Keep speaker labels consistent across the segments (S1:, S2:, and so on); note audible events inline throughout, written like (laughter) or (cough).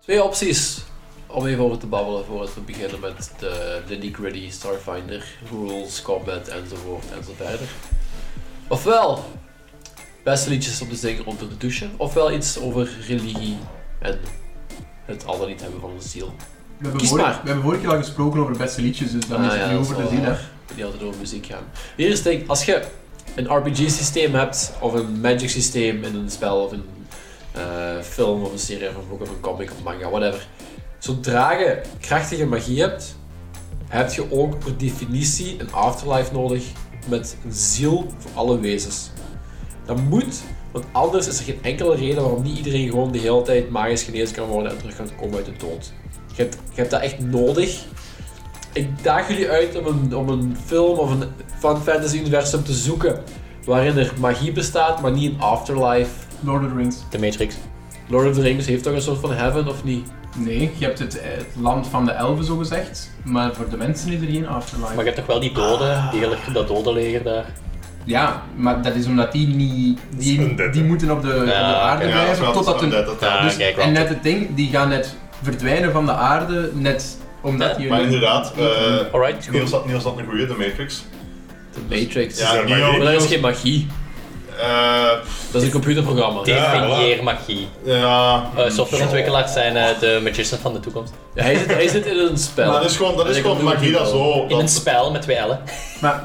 S1: Twee opties om even over te babbelen voordat we beginnen met de nitty gritty Starfinder, rules, combat enzovoort enzoverder. Ofwel beste liedjes om te zingen onder de douche, ofwel iets over religie en het al dan niet hebben van de ziel.
S2: We hebben,
S1: Kies
S2: vorige,
S1: maar.
S2: we hebben vorige keer al gesproken over de beste liedjes, dus daar
S1: Ah
S2: is het
S1: ja,
S2: niet
S1: dat is
S2: over te
S1: wel
S2: zien. Hè.
S1: waar. Die altijd over muziek gaan. Hier is het ding, als je een RPG-systeem hebt, of een magic systeem in een spel, of een eh, film, of een serie, of een boek, of een comic, of manga, whatever. Zodra je krachtige magie hebt, heb je ook per definitie een afterlife nodig met een ziel voor alle wezens. Dat moet, want anders is er geen enkele reden waarom niet iedereen gewoon de hele tijd magisch genezen kan worden en terug kan komen uit de dood. Je hebt, je hebt dat echt nodig ik daag jullie uit om een, om een film of een fan fantasy universum te zoeken waarin er magie bestaat, maar niet een afterlife.
S2: Lord of the Rings.
S3: De Matrix.
S1: Lord of the Rings heeft toch een soort van heaven of niet?
S2: Nee, je hebt het, eh, het land van de elfen zo gezegd, maar voor de mensen is er geen afterlife.
S3: Maar je hebt toch wel die
S1: Ah,
S3: doden, die hele, dat dodenleger daar.
S2: Ja, maar dat is omdat die niet. Die,
S4: undead,
S2: die
S4: hè?
S2: moeten op de, op de
S3: Ja,
S2: aarde
S3: oké.
S4: Ja, dat is
S2: blijven
S4: wel
S2: totdat hun.
S4: dat, dat,
S3: Ja,
S2: dus,
S3: kijk,
S2: en
S3: want-
S2: net het ding, die gaan net verdwijnen van de aarde, net omdat
S3: Ja,
S2: die.
S4: Maar
S2: hun-
S4: inderdaad, eh
S3: Alright, goed.
S4: Niels had, Niels had een goede, de Matrix.
S1: De Matrix.
S4: Ja,
S1: maar
S4: Neo-
S1: daar is
S4: Neo-
S1: geen magie.
S4: Eh,
S1: Dat is een computerprogramma. Ja,
S3: Definieer magie.
S4: ja,
S3: Eh, softwareontwikkelaars zijn eh, de magicians van de toekomst.
S1: hij, zit, hij zit in een spel.
S4: maar dat is gewoon, dat
S1: En
S4: is
S1: ik
S4: gewoon
S1: ontdoe het
S4: magie dat
S1: niet al.
S4: zo...
S3: In een
S4: Dat,
S3: spel met twee L'en.
S2: Maar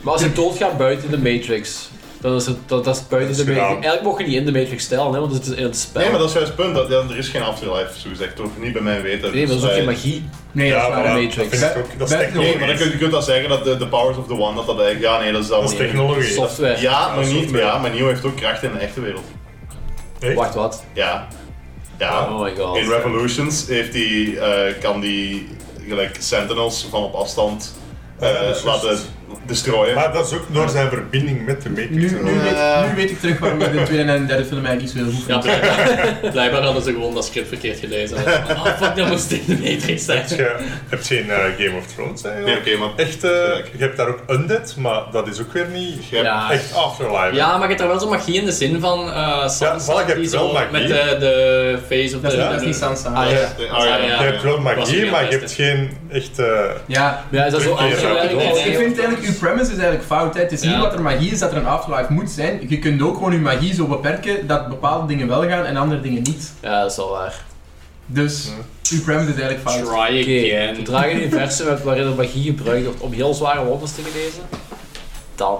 S1: Maar als je doodgaat buiten de Matrix, dan is het dat, dat is buiten
S4: Dat is
S1: de Matrix.
S4: gedaan.
S1: Eigenlijk mocht je niet in de Matrix stellen, hè, want het is in het spel.
S4: nee, maar dat is juist het punt, dat, ja, er is geen afterlife, zo gezegd, toch niet bij mij weten.
S1: Nee, maar dat
S4: Dus,
S1: is ook
S4: eh,
S1: geen magie.
S2: nee,
S5: Ja,
S2: dat is waar.
S5: voilà,
S1: Matrix.
S5: dat vind ik ook. Dat
S2: Best-
S5: is
S4: Nee,
S5: technologie.
S4: maar dan kun je kunt dat zeggen dat de, de powers of the one, dat dat eigenlijk... Ja, nee, dat is
S5: Dat is
S4: allemaal...
S5: technologie.
S1: Software.
S4: Ja, maar,
S5: Ja,
S4: niet,
S5: software.
S4: ja, maar Neo heeft ook kracht in de echte wereld.
S5: Echt?
S1: Wacht, wat?
S4: Ja. Ja.
S1: Oh my god.
S4: In Revolutions heeft die, eh, kan die gelijk sentinels van op afstand eh,
S5: Ja, dat is
S4: laten
S5: juist.
S4: destroyen.
S5: dus- Maar dat is ook door zijn verbinding met de Matrix.
S2: Nu, nu,
S4: Eh.
S2: weet, nu weet ik terug waarom ik de tweede en derde film eigenlijk niet zo heel goed
S3: Ja,
S2: vond.
S3: (laughs) blijkbaar, blijkbaar hadden ze gewoon dat script verkeerd (laughs) gelezen. Ah, fuck, dat moest in de Matrix zijn.
S5: Je hebt geen eh, Game of Thrones
S4: Nee,
S5: eigenlijk.
S4: oké, maar
S5: Echt, eh, je hebt daar ook Undead, maar dat is ook weer niet
S4: je hebt-
S1: Ja.
S5: echt Afterlife.
S3: Ja, maar je hebt daar wel zo'n magie in de zin van eh Sansa,
S5: voilà, je hebt
S3: die zo
S5: wel magie.
S3: met eh, de face of
S2: Dat
S3: the...
S2: is, niet- dat is
S3: de-
S2: niet Sansa.
S1: Ah,
S2: ja.
S1: ja.
S4: eh,
S3: Ah, ja.
S4: ah, ja.
S5: Je hebt wel
S3: was niet
S5: magie,
S3: het
S5: maar je hebt
S3: beste.
S5: geen echt... eh,
S1: Ja, is dat zo
S5: Terugkeren uit
S1: afgewerkt?
S5: de
S3: dood.
S1: als-
S2: ik vind eigenlijk, uw premise is eigenlijk fout. Hè. Het is
S3: Ja.
S2: niet dat er magie is, dat er een afterlife moet zijn. Je kunt ook gewoon je magie zo beperken dat bepaalde dingen wel gaan en andere dingen niet.
S1: Ja, dat is wel waar.
S2: Dus uw premise is eigenlijk fout.
S3: Try
S1: Oké,
S3: again.
S1: zodra je een universum hebt waarin er magie gebruikt wordt om heel zware wonders te genezen, dan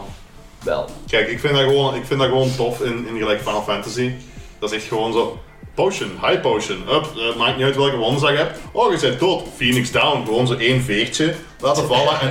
S1: wel.
S4: Kijk, ik vind dat gewoon, ik vind dat gewoon tof in, in gelijk Final Fantasy. Dat is echt gewoon zo. Potion, high potion, up. eh, maakt niet uit welke wond dat je hebt. Oh, je bent dood. Phoenix down. Gewoon zo één veegtje. Laten vallen en.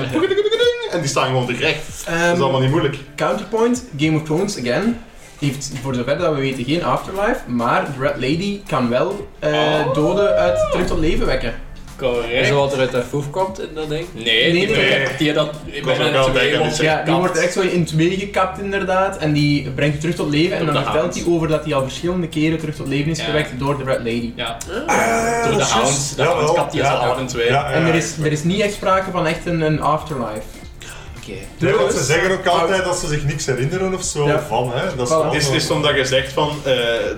S4: En die staan gewoon terecht.
S2: Ehm,
S4: Dat is allemaal niet moeilijk.
S2: Counterpoint, Game of Thrones, again, heeft voor zover dat we weten geen afterlife, maar de Red Lady kan wel eh,
S3: Oh.
S2: doden uit terug tot leven wekken.
S1: Is
S3: Correct.
S1: dat wat er uit haar foef komt in dat ding?
S3: Nee, die
S2: Nee, nee.
S3: projecteert die dat... Ik ben
S4: ook
S3: net
S4: wel
S3: zo
S4: denken,
S3: mee
S4: dit zijn-
S2: Ja, die
S3: gekapt.
S2: wordt echt zo in twee gekapt inderdaad en die brengt je terug tot leven en
S3: Op
S2: dan
S3: de
S2: vertelt
S3: hand.
S2: hij over dat hij al verschillende keren terug tot leven is
S3: Ja.
S2: gewekt door de Red Lady.
S3: Ja.
S5: eh,
S3: Door de
S5: dat is
S3: hound.
S5: juist.
S3: De hound
S5: Jawel,
S3: kapt die als
S5: ja.
S3: hound in twee.
S5: Ja, ja,
S2: En
S5: ja.
S2: er is, er is niet echt sprake van echt een, een afterlife. Dus-
S1: Oké.
S5: Nee, want ze zeggen ook altijd
S2: Oud.
S5: dat ze zich niks herinneren of zo
S2: Ja.
S5: van, hè. Dat
S2: Voilà.
S5: is wel
S4: Het is,
S5: zo.
S4: het is omdat je zegt van. eh,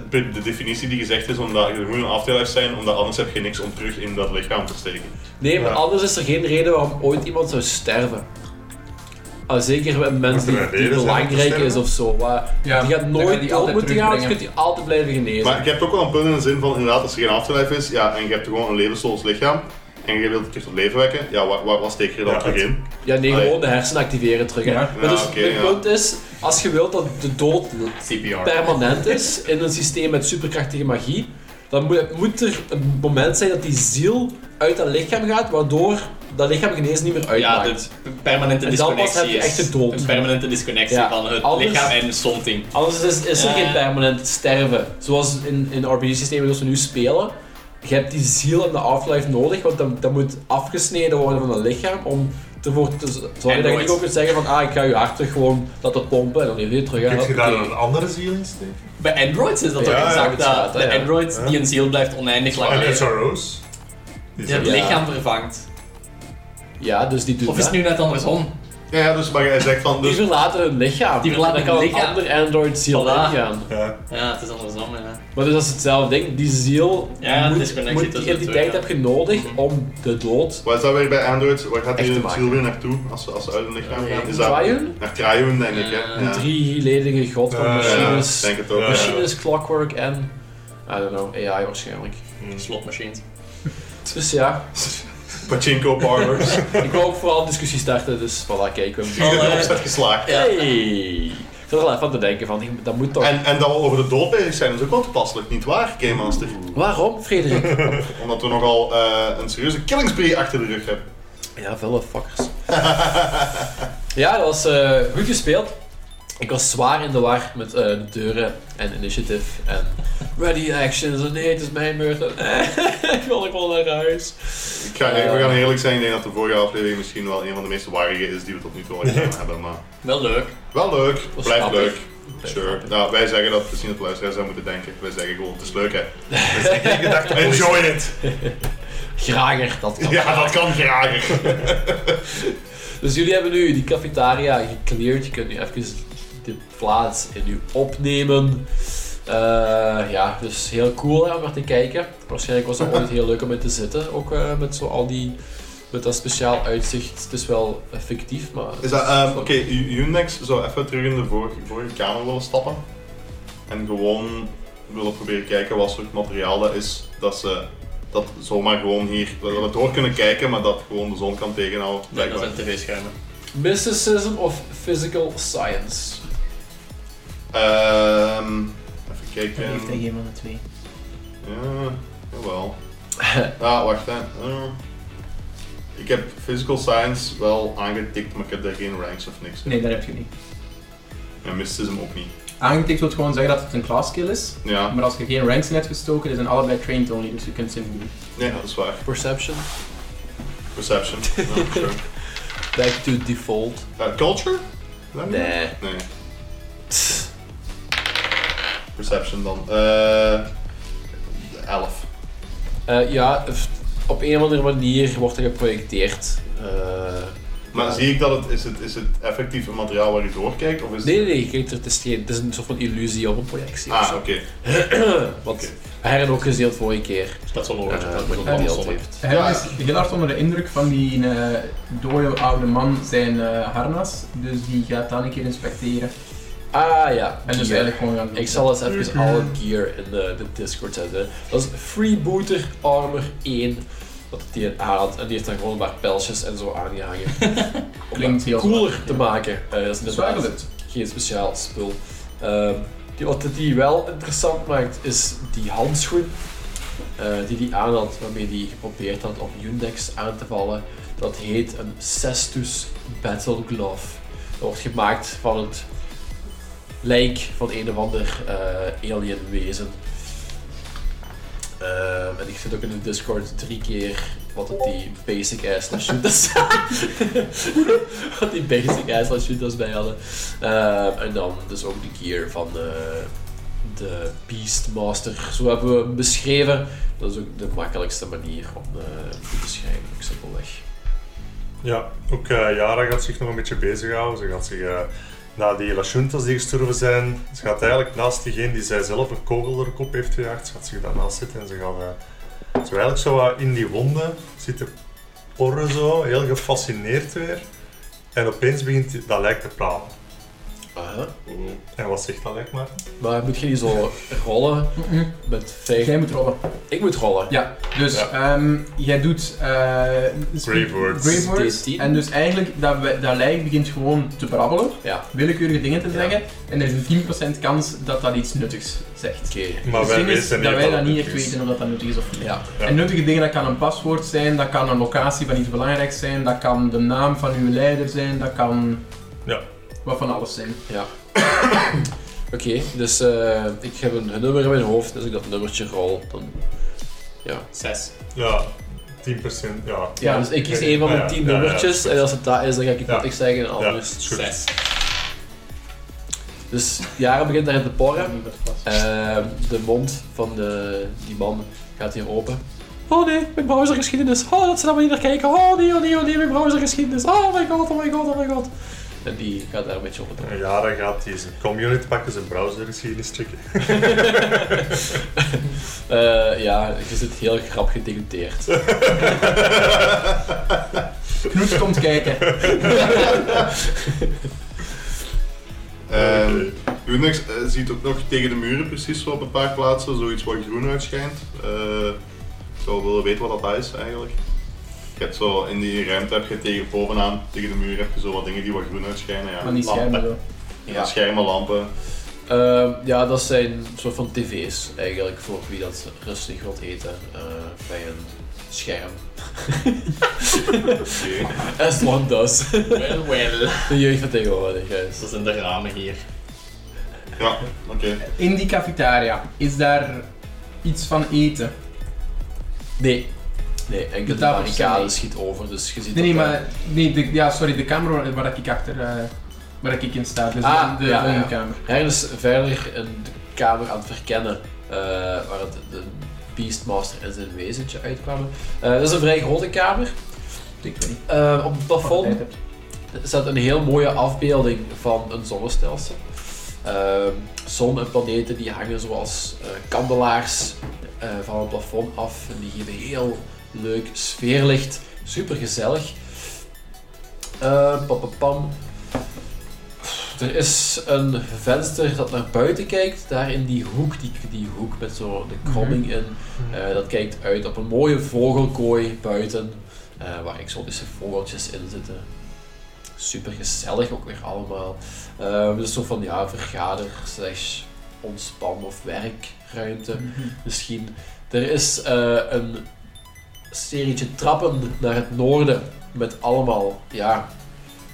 S4: de de definitie die gezegd is, omdat je moet een afterlife zijn, omdat anders heb je niks om terug in dat lichaam te steken.
S1: Nee, maar
S5: Ja.
S1: anders is er geen reden waarom ooit iemand zou sterven. Ah, zeker een mens
S5: Moet er
S1: die,
S5: een
S1: die
S5: reden zijn om te
S1: belangrijk is
S5: sterven?
S1: of zo. waar-
S2: Ja,
S1: die gaat
S2: dan kan
S1: nooit
S2: die
S1: dood
S2: altijd
S1: moeten gaan, want je
S2: terugbrengen.
S1: kunt die altijd blijven
S4: Maar
S1: genezen.
S4: je hebt ook wel een punt in de zin van inderdaad, als er geen afterlife is, ja, en je hebt gewoon een levensloos lichaam. En je wilt het terug tot leven wekken, ja, waar, waar, waar steek je dan
S5: Ja,
S4: terug
S5: het-
S4: in?
S1: Ja, nee,
S4: Allee.
S1: gewoon de hersenen activeren terug. hè.
S2: Ja.
S1: Maar dus,
S4: Ja, oké,
S1: mijn
S4: ja.
S1: punt is, als je wilt dat de dood
S4: CPR.
S1: permanent is in een systeem met superkrachtige magie, dan moet, moet er een moment zijn dat die ziel uit dat lichaam gaat, waardoor dat lichaam genees niet meer
S3: Ja,
S1: uitmaakt.
S3: de permanente
S1: En dan pas
S3: disconnectie
S1: heb je
S3: is...
S1: echt de dood.
S3: Een permanente disconnectie
S1: Ja,
S3: van het
S1: anders-
S3: lichaam en something.
S1: Anders is, is er
S3: Ja.
S1: geen permanent sterven. Zoals in, in RPG-systemen zoals we nu spelen. Je hebt die ziel en de aflife nodig, want dat, dat moet afgesneden worden van het lichaam om ervoor te zorgen dat je
S3: nooit.
S1: niet ook kunt zeggen van ah, ik ga je hart terug gewoon laten pompen en dan leef je terug. hè.
S5: Kun je daar
S1: Oké.
S5: een andere ziel in steken?
S3: Bij androids is dat
S5: Ja,
S3: toch
S5: ja,
S3: exact
S1: ja,
S3: dat. De
S1: ja.
S3: android
S5: Ja.
S3: die een ziel blijft oneindig lang
S5: En
S3: leven.
S5: SRO's? Eh, Die
S3: Die het
S5: zijn-
S1: Ja.
S3: lichaam vervangt.
S1: Ja, dus die doet
S3: Of is het
S1: dat.
S3: nu net andersom?
S4: Ja, ja, dus maar jij zegt van...
S1: Die
S4: Dus,
S1: verlaten hun lichaam.
S3: Die
S1: dan
S3: verlaten
S1: kan
S3: hun
S1: een
S3: lichaam.
S1: ander android ziel
S3: Voilà.
S1: ingaan.
S5: Ja.
S3: Ja, het is andersom, ja.
S1: Maar dus dat is hetzelfde ding. Die ziel
S3: Ja,
S1: moet,
S3: het is connectie
S1: moet die
S3: tussen de
S1: entiteit
S3: twee,
S1: heb je nodig om de dood
S4: wat is dat weer bij Android? Waar
S1: Echt
S4: gaat die
S1: te
S4: hun
S1: maken.
S4: ziel weer naartoe als ze, als ze uit hun lichaam gaan? Is dat
S1: Triune?
S4: naar Triune, denk ik,
S3: Ja.
S4: hè? Ja.
S1: Drieledige god van
S5: Ja,
S4: Ja,
S1: machines.
S4: denk het ook.
S5: Ja.
S4: ja.
S1: machines, clockwork en... I don't know, AI waarschijnlijk.
S3: Slotmachines.
S1: Dus ja,
S4: Pachinko parlors.
S1: (laughs) ik wou ook vooral een discussie starten, dus voilà, kijk. We hebben...
S4: Iedereen
S3: eh.
S4: opzet geslaagd.
S3: Ja.
S1: Hey! Ik zat er al even aan te denken van, dat moet toch...
S4: En, en dat we over de dood bezig zijn is ook wel toepasselijk, nietwaar, Game Master?
S1: Waarom, Frederik?
S4: Omdat we nogal eh, een serieuze killing spree achter de rug hebben.
S1: Ja, vele fuckers. (laughs) ja, dat was eh, goed gespeeld. Ik was zwaar in de war met eh, de deuren en initiative en (laughs) ready actions en nee, het is mijn beurt. (laughs) ik wil gewoon naar huis.
S4: Ik ga, we gaan eerlijk zijn, ik denk dat de vorige aflevering misschien wel een van de meest warrige is die we tot nu toe al gedaan hebben. Maar
S3: Wel leuk.
S4: wel leuk,
S1: Was
S4: blijft
S1: grappig.
S4: leuk. Sure. Nou, wij zeggen dat misschien dat de luisteraars dat moeten denken. Wij zeggen gewoon, het is leuk hè. Dus ik denk dat- enjoy it!
S1: Grager, Eh,
S4: (laughs)
S1: dat kan.
S4: Ja, dat kan graag.
S1: Dus jullie hebben nu die cafetaria gecleared. Je kunt nu even de plaats in u opnemen. Eh, ja, dus heel cool hè, om naar te kijken. Waarschijnlijk was het ooit heel leuk om in te zitten. Ook eh, met zo al die... Met dat speciaal uitzicht. Het is wel eh, fictief, maar...
S4: Is dat, ehm, oké, U- Unix zou even terug in de vorige, vorige kamer willen stappen. En gewoon willen proberen kijken wat soort materiaal dat is. Dat ze dat zomaar gewoon hier, dat we door kunnen kijken, maar dat gewoon de zon kan tegenhouden.
S3: Nee, dat
S4: blijkbaar.
S3: zijn tv-schermen.
S1: Mysticism of physical science?
S4: Ehm, even
S2: Dan
S4: kijken.
S2: heeft hij geen van de twee.
S4: Ja, jawel. (laughs) Ah, wacht hè. Eh, ik heb physical science wel aangetikt, maar ik heb daar geen ranks of niks in.
S2: Nee, dat heb je niet.
S4: En mysticism ook niet.
S2: Aangetikt wil gewoon zeggen dat het een class skill is.
S4: Ja,
S2: Maar als je geen ranks in hebt gestoken, dan zijn allebei trained only, dus je kunt ze niet doen.
S4: nee, dat is waar.
S1: Perception?
S4: Perception. Ja, sure.
S1: Back to default?
S4: Eh, culture? Is dat niet?
S1: Nee.
S4: Nee. Perception dan. Eh. 11.
S1: Eh, ja, f- op een of andere manier wordt er geprojecteerd. Eh,
S4: Maar
S1: Ja.
S4: zie ik dat het is, het, is het effectief een materiaal waar je doorkijkt? Of is
S1: Nee, nee,
S4: het...
S1: nee, je kijkt er, het, is geen, het is een soort van illusie of een projectie. of
S4: Ah,
S1: zo.
S4: oké.
S1: Want we hebben ook gezien vorige keer
S3: Dat is wel
S1: eh,
S3: logisch. Oh, dat
S1: wat
S3: is wel
S1: hij gedeeld
S3: zonnig.
S1: heeft.
S2: Hij
S4: Ja.
S2: is heel hard onder de indruk van die eh, dode oude man zijn eh, harnas, dus die gaat dan een keer inspecteren.
S1: Ah ja,
S2: En dus
S1: gear.
S2: eigenlijk gewoon gaan
S1: ik zal eens even
S2: Mhm.
S1: alle gear in de, de Discord zetten. Dat is Freebooter Armor 1. Dat die een aan had. En die heeft dan gewoon een paar pijltjes en zo
S2: (laughs)
S1: aangehangen. Om
S2: Klinkt
S1: het
S2: heel
S1: cooler
S2: zwaar,
S1: te
S2: ja.
S1: maken. Eh, dat is
S2: Zwaar
S1: inderdaad
S2: gelukt.
S1: geen speciaal spul. Ehm, die, wat het die wel interessant maakt, is die handschoen eh, die die aan had, waarmee die geprobeerd had om Undex aan te vallen. Dat heet een Cestus Battle Glove. Dat wordt gemaakt van het lijk van een of ander eh alien wezen. Ehm, en ik vind ook in de Discord drie keer wat het die basic ass lashutas Wat (laughs) die basic ass lashutas bij hadden. Ehm, en dan dus ook de gear van de, de Beastmaster. Zo hebben we hem beschreven. Dat is ook de makkelijkste manier om eh, hem te beschrijven, ook simpelweg.
S5: Ja, ook eh Yara gaat zich nog een beetje bezighouden. Ze gaat zich, eh, na die La Juntas die gestorven zijn, ze gaat eigenlijk naast diegene die zij zelf een kogel door de kop heeft gejaagd, ze gaat zich daarnaast zitten en ze gaat, eh, zo eigenlijk zo wat in die wonden zitten porren zo, heel gefascineerd weer. En opeens begint die- dat lijk te praten.
S1: Aha.
S5: En wat zegt dat lijk maar?
S1: Maar moet je niet zo rollen
S2: Mhm.
S1: met vijf?
S2: Jij moet rollen.
S1: Ik moet rollen.
S2: Ja, dus
S5: Ja.
S2: ehm, jij doet eh
S5: Brave words.
S2: brave words.
S1: D10.
S2: En dus eigenlijk, dat, we- dat lijk begint gewoon te brabbelen,
S1: Ja.
S2: willekeurige dingen te
S1: Ja.
S2: zeggen, en er is een 10% kans dat dat iets nuttigs zegt.
S1: Oké.
S5: Maar
S2: het
S5: wij
S2: ding is
S5: weten
S2: dat
S5: niet of
S2: wij dat niet
S5: het
S2: echt
S5: is.
S2: weten of dat, dat nuttig is of niet.
S1: Ja.
S5: Ja.
S2: En nuttige dingen, dat kan een paswoord zijn, dat kan een locatie van iets belangrijks zijn, dat kan de naam van uw leider zijn, dat kan
S5: Ja.
S2: wat van alles zijn.
S1: Ja. (coughs) Oké, dus eh, ik heb een, een nummer in mijn hoofd. Als ik dat nummertje rol, dan...
S3: Zes.
S5: Ja, 10%. Ja,
S1: Ja, dus ik kies een van mijn
S5: Ja,
S1: tien
S5: ja, ja,
S1: nummertjes.
S5: ja,
S1: en als het dat is, dan ga ik
S5: Ja.
S1: wat ik zeg en
S5: Ja,
S1: anders.
S5: is goed.
S3: Zes.
S1: Dus Jaren begint daarin te porren. Ehm,
S2: Dat is niet wat het was.
S1: Eh, de mond van de, die man gaat hier open. Oh nee, mijn browsergeschiedenis. Oh, dat ze dan maar niet naar kijken. Oh nee, oh nee, oh nee, mijn browsergeschiedenis. Oh my god, oh my god, oh my god. En die gaat daar een beetje op.
S5: En Jara gaat die zijn community pakken, zijn browsergeschiedenis checken.
S2: (laughs)
S1: Eh ja, je zit heel grap gedegoteerd.
S2: Knoet komt
S5: (laughs)
S2: kijken.
S4: Ehm Unix eh, ziet ook nog tegen de muren precies zo op een paar plaatsen, zoiets wat groen uitschijnt. Eh, ik zou willen weten wat dat is eigenlijk. Je hebt zo in die ruimte heb je tegen bovenaan, tegen de muur heb je zo wat dingen die wat groen uitschijnen. Ja.
S2: Maar niet schermen
S4: Lampen.
S2: zo.
S4: Ja, schermen, lampen.
S1: Ehm, ja, dat zijn soort van tv's eigenlijk voor wie dat rustig wilt eten eh, bij een scherm. (laughs)
S4: Oké.
S1: As one does.
S3: Wel, wel.
S1: De jeugd van tegenwoordig, juist.
S3: (laughs) Dat zijn de ramen hier.
S4: Ja, oké.
S2: In die cafetaria, is daar iets van eten?
S1: Nee. Nee, enkel de
S2: tafel staat
S1: barricade
S2: niet.
S1: schiet over, dus je ziet
S2: Nee, nee,
S1: dat,
S2: maar... Nee, de, ja, sorry, de kamer waar, waar ik achter... eh, waar ik in sta, dus
S1: Ah,
S2: de
S1: ja, ja.
S2: woonkamer.
S1: eh, Her is verder een kamer aan het verkennen, eh, waar het, de Beastmaster en zijn wezentje uitkwamen. Eh, dat is een vrij grote kamer.
S2: Ik weet niet.
S1: Eh, op het
S2: Wat
S1: plafond
S2: tijd heb je?
S1: staat een heel mooie afbeelding van een zonnestelsel. Ehm, zon en planeten die hangen zoals eh, kandelaars eh, van het plafond af. En die geven heel leuk sfeerlicht. Super gezellig. Ehm, papapam. Er is een venster dat naar buiten kijkt. Daar in die hoek, die, die hoek met zo de kromming in. Eh, dat kijkt uit op een mooie vogelkooi buiten. eh, waar exotische vogeltjes in zitten. Super gezellig ook weer allemaal. Ehm, dus zo van ja, vergader slash ontspan of werkruimte misschien. Er is eh, een serietje trappen naar het noorden met allemaal ja,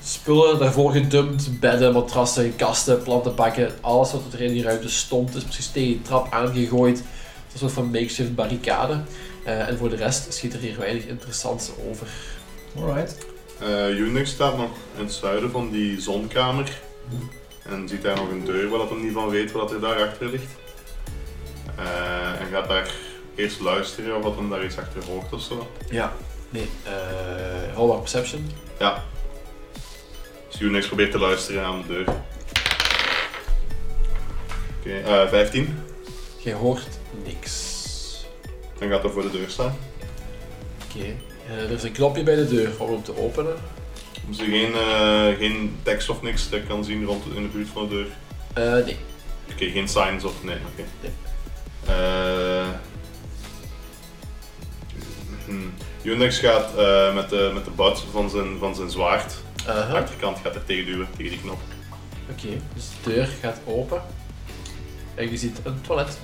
S1: spullen daarvoor gedumpt. Bedden, matrassen, kasten, plantenbakken. Alles wat er in die ruimte stond is precies tegen die trap aangegooid. Het is Een soort van makeshift barricade. Eh, en voor de rest schiet er hier weinig interessants over.
S2: Alright.
S4: Eh, Unix staat nog in het zuiden van die zonkamer. En ziet daar nog een deur waar dat hem niet van weet wat er daarachter ligt. Eh, en gaat daar eerst luisteren of wat hem daar iets achter hoort of zo.
S1: Ja. Nee, eh Hallmark Perception.
S4: Dus Unix probeert te luisteren aan de deur. Oké, eh, 15.
S1: Je hoort niks.
S4: Dan gaat hij voor de deur staan.
S1: Oké. Eh, er is een knopje bij de deur om hem te openen.
S4: Is er geen, eh, geen tekst of niks dat ik kan zien rond in de buurt van de deur?
S1: Eh, nee.
S4: Oké, geen signs of nee, oké.
S1: Nee.
S4: Eh, hm. Unix gaat eh, met, de, met de butt van zijn, van zijn zwaard,
S1: Aha.
S4: de achterkant gaat er tegen duwen, tegen die knop.
S1: Oké, dus de deur gaat open. En je ziet een toilet.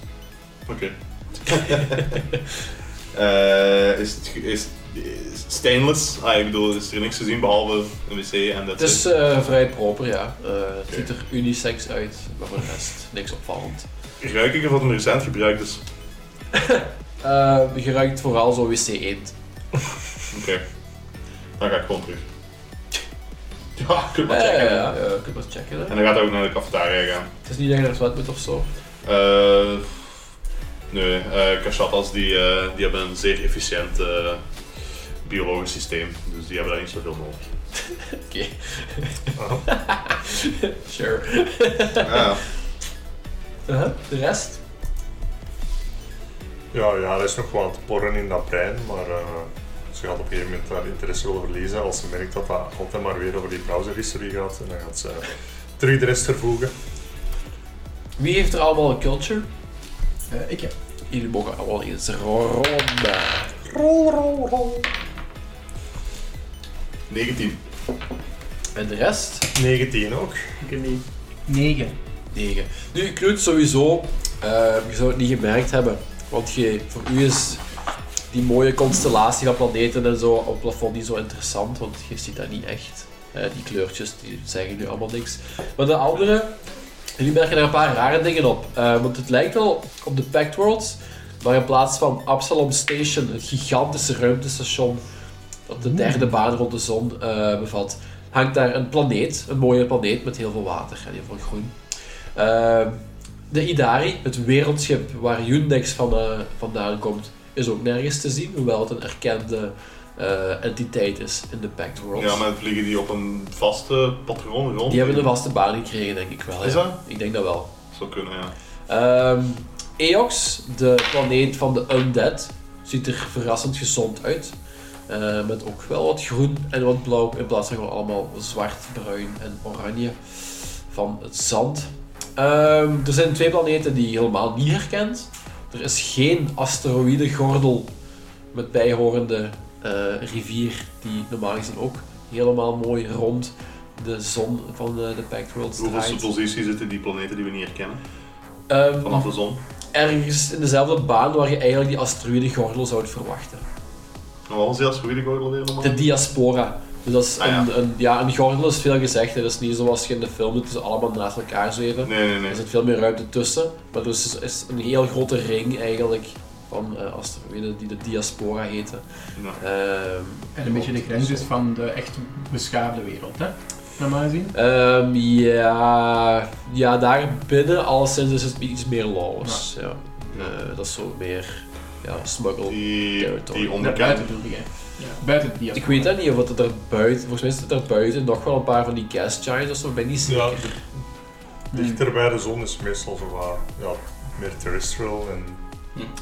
S4: Oké. (laughs) Eh, is, het ge- is, is het stainless? Ah, ik bedoel, is er niks te zien behalve een wc en dat
S1: Het is eh, vrij proper, ja. Eh, het ziet er unisex uit, maar voor de rest niks opvallend.
S4: Ruik ik er wat hem recent dus, gebruikt is?
S1: Eh, je ruikt vooral zo wc-eend.
S4: Oké. Dan ga ik gewoon terug. (laughs) Ja, ik kan
S1: Ja,
S4: maar checken.
S1: ja, Eh, ja, je kunt dat checken. Hè.
S4: En dan gaat hij ook naar de cafetaria gaan.
S1: Het is niet dat je naar het toilet moet of zo.
S4: Eh, nee, eh Kashatas die, eh, die hebben een zeer efficiënt eh, biologisch systeem. Dus die hebben daar niet zoveel nodig.
S1: Oké,
S4: (laughs)
S5: Oh.
S1: (laughs) sure.
S4: Ah, Ja.
S1: Aha, De rest?
S5: Ja, ja, er is nog wel aan het porren in dat brein, maar eh, ze gaat op een gegeven moment haar interesse wel verliezen als ze merkt dat dat altijd maar weer over die browserhistorie gaat. En dan gaat ze terug de rest vervoegen.
S1: Wie heeft er allemaal een culture?
S2: Eh, ik heb...
S1: Jullie mogen allemaal eens ronden.
S4: 19.
S1: En de rest?
S5: 19 ook.
S3: Ik weet niet.
S2: 9.
S1: 9. Nu, Knut, sowieso, eh, je zou het niet gemerkt hebben. Want je, voor u is die mooie constellatie van planeten en zo op het plafond niet zo interessant, want je ziet dat niet echt. Eh, die kleurtjes die zeggen nu allemaal niks. Maar de andere, jullie merken daar een paar rare dingen op. Eh, want het lijkt wel op de Pact Worlds, maar in plaats van Absalom Station, het gigantische ruimtestation dat
S4: Hmm.
S1: de derde baan rond de zon eh, bevat, hangt daar een planeet, een mooie planeet met heel veel water en heel veel groen. Ehm, de Idari, het wereldschip waar Yundex van, eh, vandaan komt, is ook nergens te zien, hoewel het een erkende eh, entiteit is in de Pact World.
S4: Ja, maar vliegen die op een vaste patroon rond?
S1: Die hebben een vaste baan gekregen, denk ik wel.
S4: Is
S1: ja.
S4: dat?
S1: Ik denk dat wel.
S4: Zou kunnen, ja.
S1: Ehm Eox, de planeet van de Undead, ziet er verrassend gezond uit. Eh, met ook wel wat groen en wat blauw in plaats van gewoon allemaal zwart, bruin en oranje van het zand. Ehm, er zijn twee planeten die je helemaal niet herkent. Er is geen asteroïdengordel met bijhorende eh, rivier die normaal gezien ook helemaal mooi rond de zon van eh, de, de Pact Worlds
S4: Hoeveelste
S1: draait.
S4: positie zitten die planeten die we niet herkennen?
S1: Ehm,
S4: Vanaf de zon.
S1: ergens in dezelfde baan waar je eigenlijk die asteroïdengordel zou verwachten.
S4: En wat was die asteroïdengordel weer normaal?
S1: De diaspora. Dus dat is
S4: Ah, ja.
S1: een, een, ja, een gordel is veel gezegd. hè. Dat is niet zoals je in de film doet, dat ze allemaal naast elkaar zweven.
S4: Nee, nee, nee.
S1: Er zit veel meer ruimte tussen. Maar dus is, is een heel grote ring eigenlijk van eh, asteroïden die de diaspora heten.
S4: Ja.
S1: Ehm,
S2: En een beetje de grens is van de echt beschaafde wereld, hè? Normaal gezien.
S1: Ehm, ja, ja, daar binnen alleszins is het iets meer laos. Ja. Eh, dat is zo meer ja, smuggle.
S4: Die, die
S2: Buiten
S4: onbekende.
S2: bedoel jij. Buiten het
S1: Ik
S2: diaspora.
S1: weet dat niet of het er buiten, volgens mij is het er buiten nog wel een paar van die gas giants of zo, ik ben niet zeker.
S5: Ja, de- dichter bij de zon is meestal zo wat ja, meer terrestrial. En,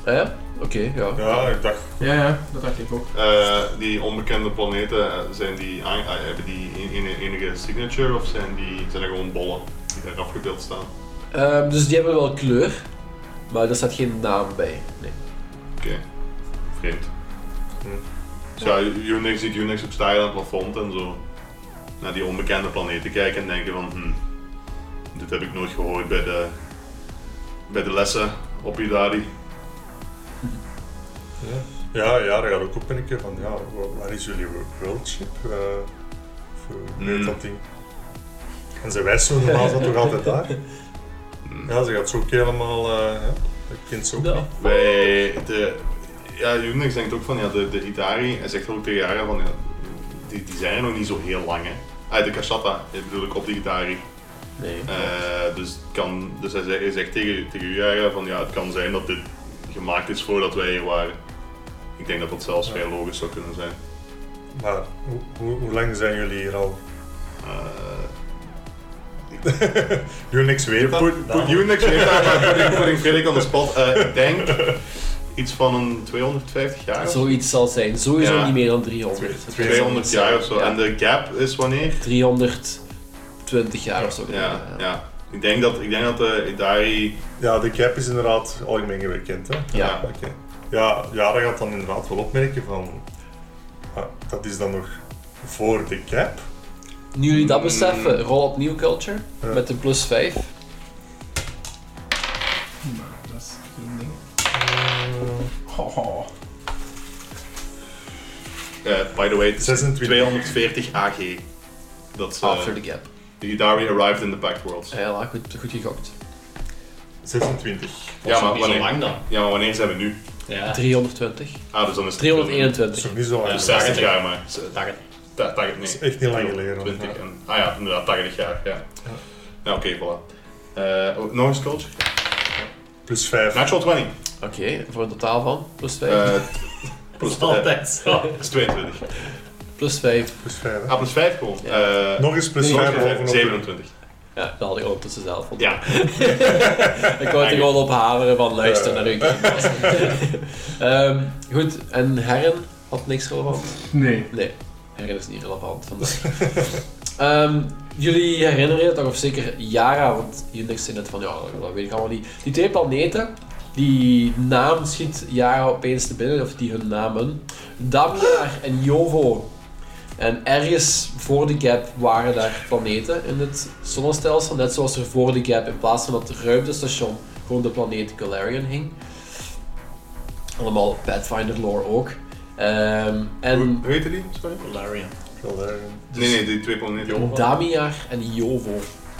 S1: Eh? Oké, ja.
S5: ja, ik dacht,
S2: Ja, ja, dat dacht ik ook.
S4: Eh, die onbekende planeten, eh, zijn die, aan- eh, hebben die een- een- enige signature of zijn, die, zijn er gewoon bollen die daar afgebeeld staan?
S1: Ehm, dus die hebben wel kleur, maar daar staat geen naam bij. Nee.
S4: Oké, vreemd.
S5: Hm.
S4: Dus ja, Unix ziet Unix op stijl aan het plafond en zo naar die onbekende planeten kijken en denken van hm, dit heb ik nooit gehoord bij de, bij de lessen op Udari.
S5: ja, ja, daar gaat ook op een keer van, ja, wa- waar is jullie worldship? eh voor weet
S4: Mm.
S5: dat ding. En ze wijst zo normaal dat toch altijd daar? Ja, ze gaat zo ook helemaal, eh ja, dat kind zo ook niet.
S4: Wij, de, ja, Unix denkt ook van ja, de, de Itari, hij zegt ook tegen jaren van ja, die, die zijn er nog niet zo heel lang hè. Ah, de Kashata eh, bedoel ik op de Itari.
S1: Nee.
S4: Eh, dus, het kan, dus hij, zei- hij zegt tegen, tegen u Jara van ja, het kan zijn dat dit gemaakt is voordat wij hier waren. Ik denk dat dat zelfs vrij logisch zou kunnen zijn.
S5: Maar hoe, hoe, hoe lang zijn jullie hier al?
S4: Eh,
S5: Unix weet dat.
S4: put put
S5: Daarom.
S4: Unix in daar, putting Frederik on the spot. Eh, ik denk iets van een 250 jaar.
S1: Zoiets zal het zijn, sowieso
S4: Ja.
S1: niet meer dan 300.
S5: Twee-
S4: 200 jaar of zo.
S1: Ja.
S4: En de gap is wanneer?
S1: 320 jaar of zo.
S4: Ja, ja. Ik denk dat, ik denk dat de Idari...
S5: Ja, de cap is inderdaad algemeen bekend, hè?
S1: Ja.
S5: Oké. Ja, ja, dat gaat dan inderdaad wel opmerken van... ah, dat is dan nog voor de cap.
S1: Nu jullie dat
S4: Mm.
S1: beseffen, rol opnieuw culture
S5: Ja.
S1: met de plus 5.
S2: Maar dat is geen ding. Haha.
S4: eh, by the way, het is
S5: 26.
S4: 240 AG. Dat is... eh,
S1: After the gap.
S4: de Idari arrived in the Pact Worlds.
S1: Ja, goed, goed gegokt.
S5: 26.
S4: Ja, maar
S3: niet zo
S4: wanneer,
S3: lang dan.
S4: ja, maar wanneer zijn we nu?
S3: Ja,
S1: 320.
S4: Ah, dus dan is het
S1: 321.
S5: Dat is nog niet zo lang.
S3: Ja,
S4: Dus
S5: dat
S4: 80 jaar maar.
S3: 80.
S4: 80,
S5: is
S4: nee.
S5: echt niet lang geleden.
S4: 20
S5: hoor.
S4: en, ah ja, inderdaad, 80 jaar, ja. Ja, oké, voilà. Eh, oh, nog eens culture.
S5: Plus 5.
S4: Natural 20.
S1: Oké, voor een totaal van plus 5. (laughs)
S4: Eh
S3: Dat is
S4: plus, eh,
S3: altijd zo. (laughs)
S4: is 22.
S1: plus 5.
S5: Plus 5, hè.
S4: Ah, plus 5 gewoon.
S1: Ja.
S4: Eh,
S5: Nog eens plus
S4: nog
S5: 5
S4: een vijf,
S5: bovenop.
S4: 27.
S1: Ja, dat had ik ondertussen zelf. op.
S4: Ja.
S1: Ik wou het er gewoon op hameren van luister naar uw kinderen. (laughs) Ehm, goed, en Herren had niks relevant?
S2: Nee.
S1: Nee, Herren is niet relevant vandaag. (laughs) Ehm, jullie herinneren je toch, of zeker Yara, want Unix zei net van ja, dat weet ik allemaal niet. Die twee planeten, die naam schiet Yara opeens te binnen, of die hun namen. Damnar en Jovo. En ergens voor de gap waren daar planeten in het zonnestelsel, net zoals er voor de gap in plaats van dat ruimtestation gewoon de planeet Galarian hing. Allemaal Pathfinder lore ook. Ehm, en
S4: Hoe hoe heette die? Sorry.
S3: Larian.
S4: Nee, nee, die twee planeten.
S3: Jo.
S1: Damiar en Jovo.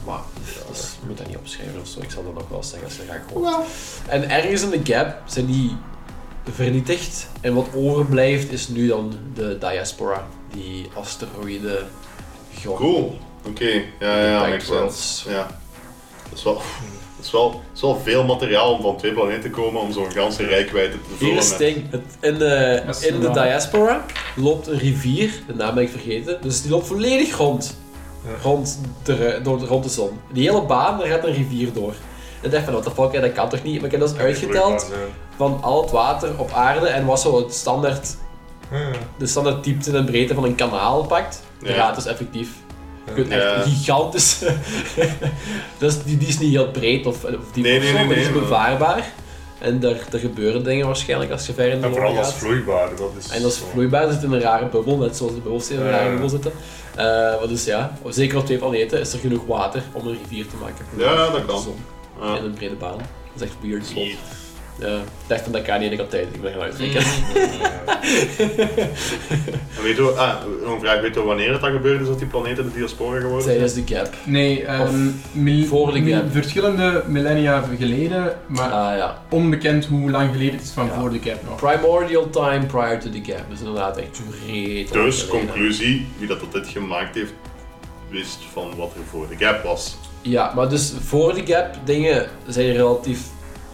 S1: Maar dat is- je moet dat niet opschrijven of zo. Ik zal dat nog wel zeggen als je dat gaat gooien. En ergens in de gap zijn die vernietigd. En wat overblijft is nu dan de diaspora. Die asteroïde
S4: Cool. Oké, ja, ja,
S1: Impact
S4: makes
S1: Worlds.
S4: sense. Ja. Dat is wel... Dat is is wel, het is wel veel materiaal om van twee planeten te komen om zo'n ganse rijkwijde te vullen.
S1: Hier is het
S4: met-
S1: ding. Het, in de,
S2: Dat is
S1: in de
S2: waar.
S1: diaspora loopt een rivier, de naam ben ik vergeten, dus die loopt volledig rond.
S5: Ja.
S1: Rond de, ru- door, rond de zon. Die hele baan, daar gaat een rivier door. En ik dacht van, what the fuck, ja, dat kan toch niet? Maar ik heb dat eens uitgeteld
S5: Ja,
S1: van al het water op aarde en was zo het standaard,
S5: ja.
S1: de standaard diepte en breedte van een kanaal pakt. Dan
S4: Hmm. Ja.
S1: gaat dus effectief. Je kunt echt
S4: Ja.
S1: gigantisch... (laughs) dus die, die is niet heel breed of, of diep
S4: Nee,
S1: of
S4: nee,
S1: zo,
S4: nee,
S1: maar die
S4: nee,
S1: is
S4: maar-
S1: bevaarbaar. En daar, daar gebeuren dingen waarschijnlijk als je ver in de
S5: En
S1: longen
S5: vooral
S1: gaat.
S5: als vloeibaar. Dat is
S1: En dat is
S5: zo.
S1: vloeibaar, zit in een rare bubbel, net zoals de bubbels in een
S5: Ja.
S1: rare bubbel zitten. Eh, maar dus ja, zeker op twee planeten is er genoeg water om een rivier te maken.
S4: Ja, ja, dat kan.
S1: Zon.
S4: Ja.
S1: In een brede baan. Dat is echt weird. Ja, ik dacht van dat kan niet en ik had tijd, ik ben gaan
S4: Mm.
S1: uitrekenen.
S4: En weet je, ah, een vraag, weet je wanneer het dan gebeurd is dat die planeten de diaspora geworden zijn?
S1: Tijdens de gap.
S2: Nee, ehm, mil-
S1: voor de cap.
S2: mil- verschillende millennia geleden, maar
S1: Ah ja.
S2: onbekend hoe lang geleden het is van
S1: Ja.
S2: voor de cap nog.
S1: Primordial time prior to the gap. Dus inderdaad echt reet.
S4: Dus, conclusie, wie dat dit gemaakt heeft, wist van wat er voor de gap was.
S1: Ja, maar dus voor de gap dingen zijn relatief...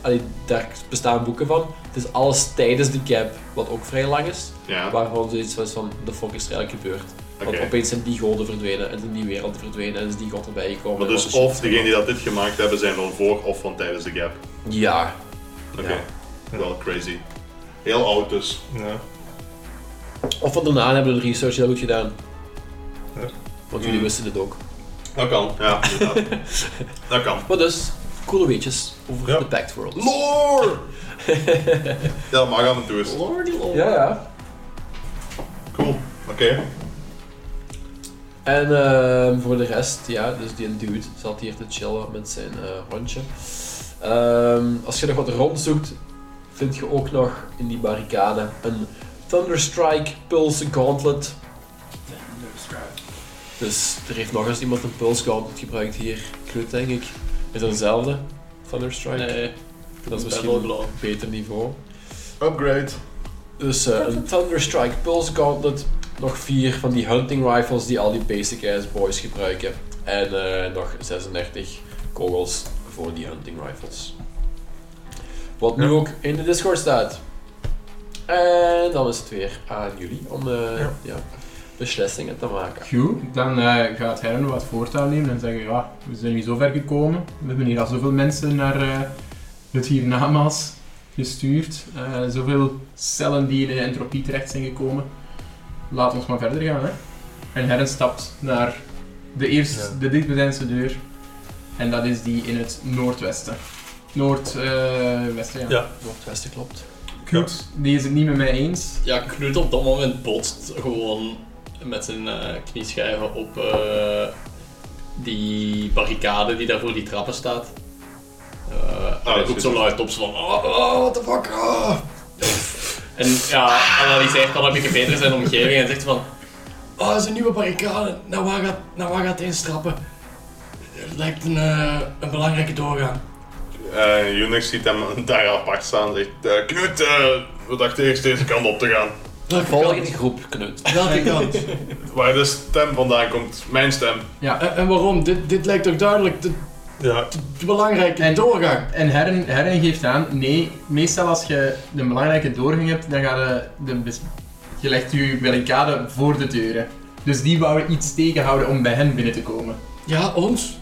S1: Allee, daar bestaan boeken van. Het is alles tijdens de gap, wat ook vrij lang is.
S4: Ja,
S1: Waarvan zoiets was van, de fuck is er eigenlijk gebeurd?
S4: oké.
S1: Want opeens zijn die goden verdwenen en zijn die wereld verdwenen en is die god erbij gekomen.
S4: Maar
S1: En
S4: dus
S1: wat is-
S4: of degenen die dat dit gemaakt hebben zijn van voor of van tijdens de gap.
S1: Ja.
S4: Oké,
S5: Ja.
S4: wel crazy. Heel oud dus.
S5: Ja.
S1: Of van daarna hebben we de research heel goed gedaan.
S5: Ja.
S1: Want jullie
S4: Mm.
S1: wisten het ook.
S4: Dat kan. Ja, inderdaad. dat kan.
S1: Maar dus, coole weetjes over
S5: Ja.
S1: de Pact World.
S4: Lore! ja, dat mag af en toe eens.
S1: Ja, ja.
S4: Cool. Oké.
S1: En ehm, voor de rest, ja, dus die dude zat hier te chillen met zijn eh, hondje. Ehm, als je nog wat rondzoekt, vind je ook nog in die barricade een Thunderstrike Pulse Gauntlet. Dus er heeft nog eens iemand een Pulse Gauntlet gebruikt hier. Klut, denk ik. Is dat dezelfde? Thunderstrike?
S3: Nee,
S1: dat is
S3: wel
S1: misschien
S3: blauw.
S1: een beter niveau.
S4: Upgrade.
S1: Dus eh, een Thunderstrike Pulse Gauntlet. Nog vier van die hunting rifles die al die basic ass boys gebruiken. En eh, nog 36 kogels voor die hunting rifles. Wat nu
S5: Ja.
S1: ook in de Discord staat. En dan is het weer aan jullie om eh, ja.
S5: Ja.
S1: beslissingen te maken.
S2: Goed, dan eh, gaat Herne wat voortouw nemen en zeggen, ja, we zijn hier zo ver gekomen. We hebben hier al zoveel mensen naar eh, het hiernamaals gestuurd. Eh, zoveel cellen die in de entropie terecht zijn gekomen. Laat ons maar verder gaan, hè. En Herne stapt naar de eerste,
S5: Ja.
S2: de dichtstbijzijnde deur. En dat is die in het noordwesten. Noordwesten, ja.
S5: Ja.
S1: Noordwesten klopt.
S2: Goed, die is het niet met mij eens.
S3: Ja, Knut op dat moment botst gewoon met zijn eh, knieschijven op eh, die barricade die daar voor die trappen staat. Eh en hij
S4: Oh, dat is
S3: roept zo
S4: goed.
S3: luid op, zo van, oh, oh, what the fuck, ah." En ja, analyseert dan een beetje beter zijn omgeving en zegt van, oh, dat is een nieuwe barricade, naar waar gaat, naar waar gaat het instappen? Het lijkt een, eh, een belangrijke doorgang.
S4: Eh Unix ziet hem daar apart staan en zegt: eh, Knut, eh, we dachten eerst deze kant op te gaan.
S3: Welke
S1: Volg in
S3: kant?
S1: die groep, Knut.
S3: Welke kant?
S4: Waar de stem vandaan komt, mijn stem.
S2: Ja.
S3: En, en waarom? Dit, dit lijkt toch duidelijk de,
S5: Ja,
S3: de belangrijke
S2: En-
S3: doorgang.
S2: En Herren, Herren geeft aan, nee, meestal als je de belangrijke doorgang hebt, dan ga je de, bes- je legt je barricade voor de deuren. Dus die wouden iets tegenhouden om bij hen binnen te komen.
S3: Ja, ons.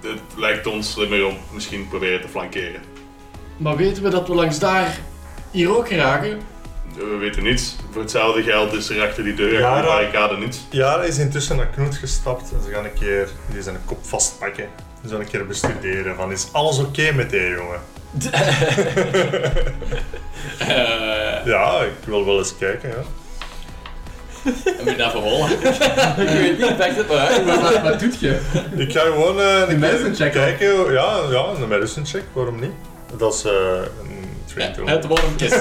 S4: Dit lijkt ons slimmer om misschien proberen te flankeren.
S3: Maar weten we dat we langs daar hier ook geraken?
S4: We weten niets. Voor hetzelfde geld is er achter die deur,
S5: Ja,
S4: achter de
S5: dat-
S4: barricade niets.
S5: Jara is intussen naar Knoet gestapt en ze gaan een keer die zijn kop vastpakken. Ze gaan een keer bestuderen van is alles oké met die jongen?
S1: (laughs)
S5: (laughs)
S1: Eh,
S5: Ja, ik wil wel eens kijken. Ja.
S3: en ben je daarvoor rollen?
S1: (laughs) Ik weet niet, pakt het maar uit.
S2: Wat, wat doet je?
S5: Ik ga gewoon eh,
S2: Een
S5: een
S2: medicine check,
S5: kijken. Ja, ja, een medicine check, waarom niet? Dat is eh, een train to
S3: Het wormpjes.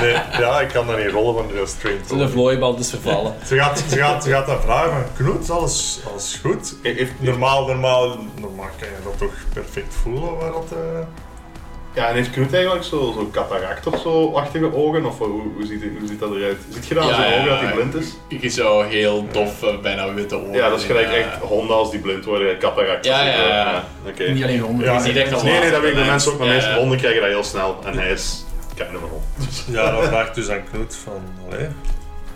S5: Nee, ja, ik kan dat niet rollen, want dat is train to
S1: (laughs) De vlooiband is vervallen.
S5: Ze gaat, ze, gaat, ze gaat dan vragen, Knoet, alles, alles goed?
S4: Heeft,
S5: Normaal, normaal, normaal kan je dat toch perfect voelen waar dat, eh,
S4: Ja, en heeft Knut eigenlijk zo, zo cataract of zo, achtige ogen? Of hoe, hoe, ziet, hoe ziet dat eruit? Ziet je dan aan
S3: Ja,
S4: zijn
S3: ja,
S4: ogen dat hij
S3: ja. Oh,
S4: blind is?
S3: Ik is zo heel dof, eh, bijna witte ogen.
S4: Ja, dat is gelijk
S3: Eh,
S4: echt honden als die blind worden, cataract.
S3: Ja, ja, ja.
S4: Oké. Dus
S2: Niet alleen honden.
S5: Ja.
S3: Je ziet eh, echt als
S4: Nee, nee, dat weten de
S3: laatste
S4: mensen ook, maar
S3: Ja,
S4: mensen
S3: ja.
S4: honden krijgen dat heel snel. En hij is kind of een hond.
S5: Ja, dan vraagt dus aan Knut van, allee,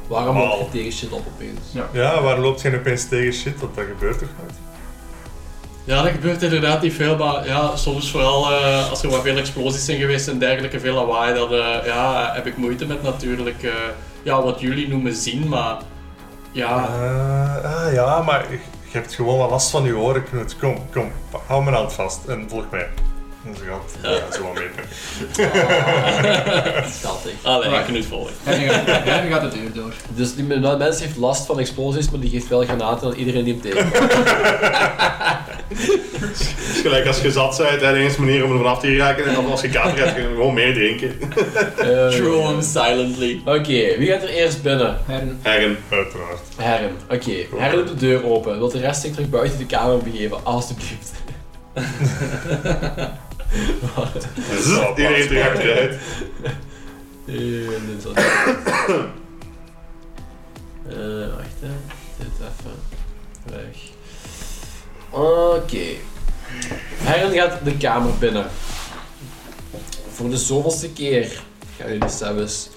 S1: Waarom
S5: Wow.
S1: loop je tegen shit op opeens?
S5: ja, waar loopt je opeens tegen shit? Want dat gebeurt toch nooit?
S3: Ja, dat gebeurt inderdaad niet veel, maar ja, soms vooral eh, als er wat veel explosies zijn geweest en dergelijke, veel lawaai, dan eh, ja, heb ik moeite met natuurlijk eh, ja, wat jullie noemen zien, maar ja,
S5: Eh, ah, ja, maar je, je hebt gewoon wat last van je oren, Knut. Kom, kom, pa- hou mijn hand vast en volg mij. En ze gaat ja, zo wat mee.
S1: Dat echt.
S3: allee,
S2: Right.
S3: ik kan het volgen.
S2: Herrie gaat- Herrie gaat de deur door.
S1: Dus die men- mens heeft last van explosies, maar die geeft wel granaten aan iedereen die hem tegenkomt.
S4: Het is gelijk als je zat bent, hè, de enige manier om er vanaf te geraken. En dan als je kater hebt, kun je gewoon meer drinken.
S1: Eh,
S3: Throw him silently.
S1: Oké, wie gaat er eerst binnen?
S2: Herren.
S4: Herren.
S5: Uiteraard.
S1: Herren. Oké, Herren doet de deur open. Wilt de rest zich terug buiten de kamer begeven? (laughs) Alsjeblieft.
S4: Zzz, (laughs) Iedereen terug achteruit.
S1: Eh, dit (coughs) is wat. Eh, wacht hè. Dit even. Weg. Oké. Herren gaat de kamer binnen. Voor de zoveelste keer gaan jullie Sebus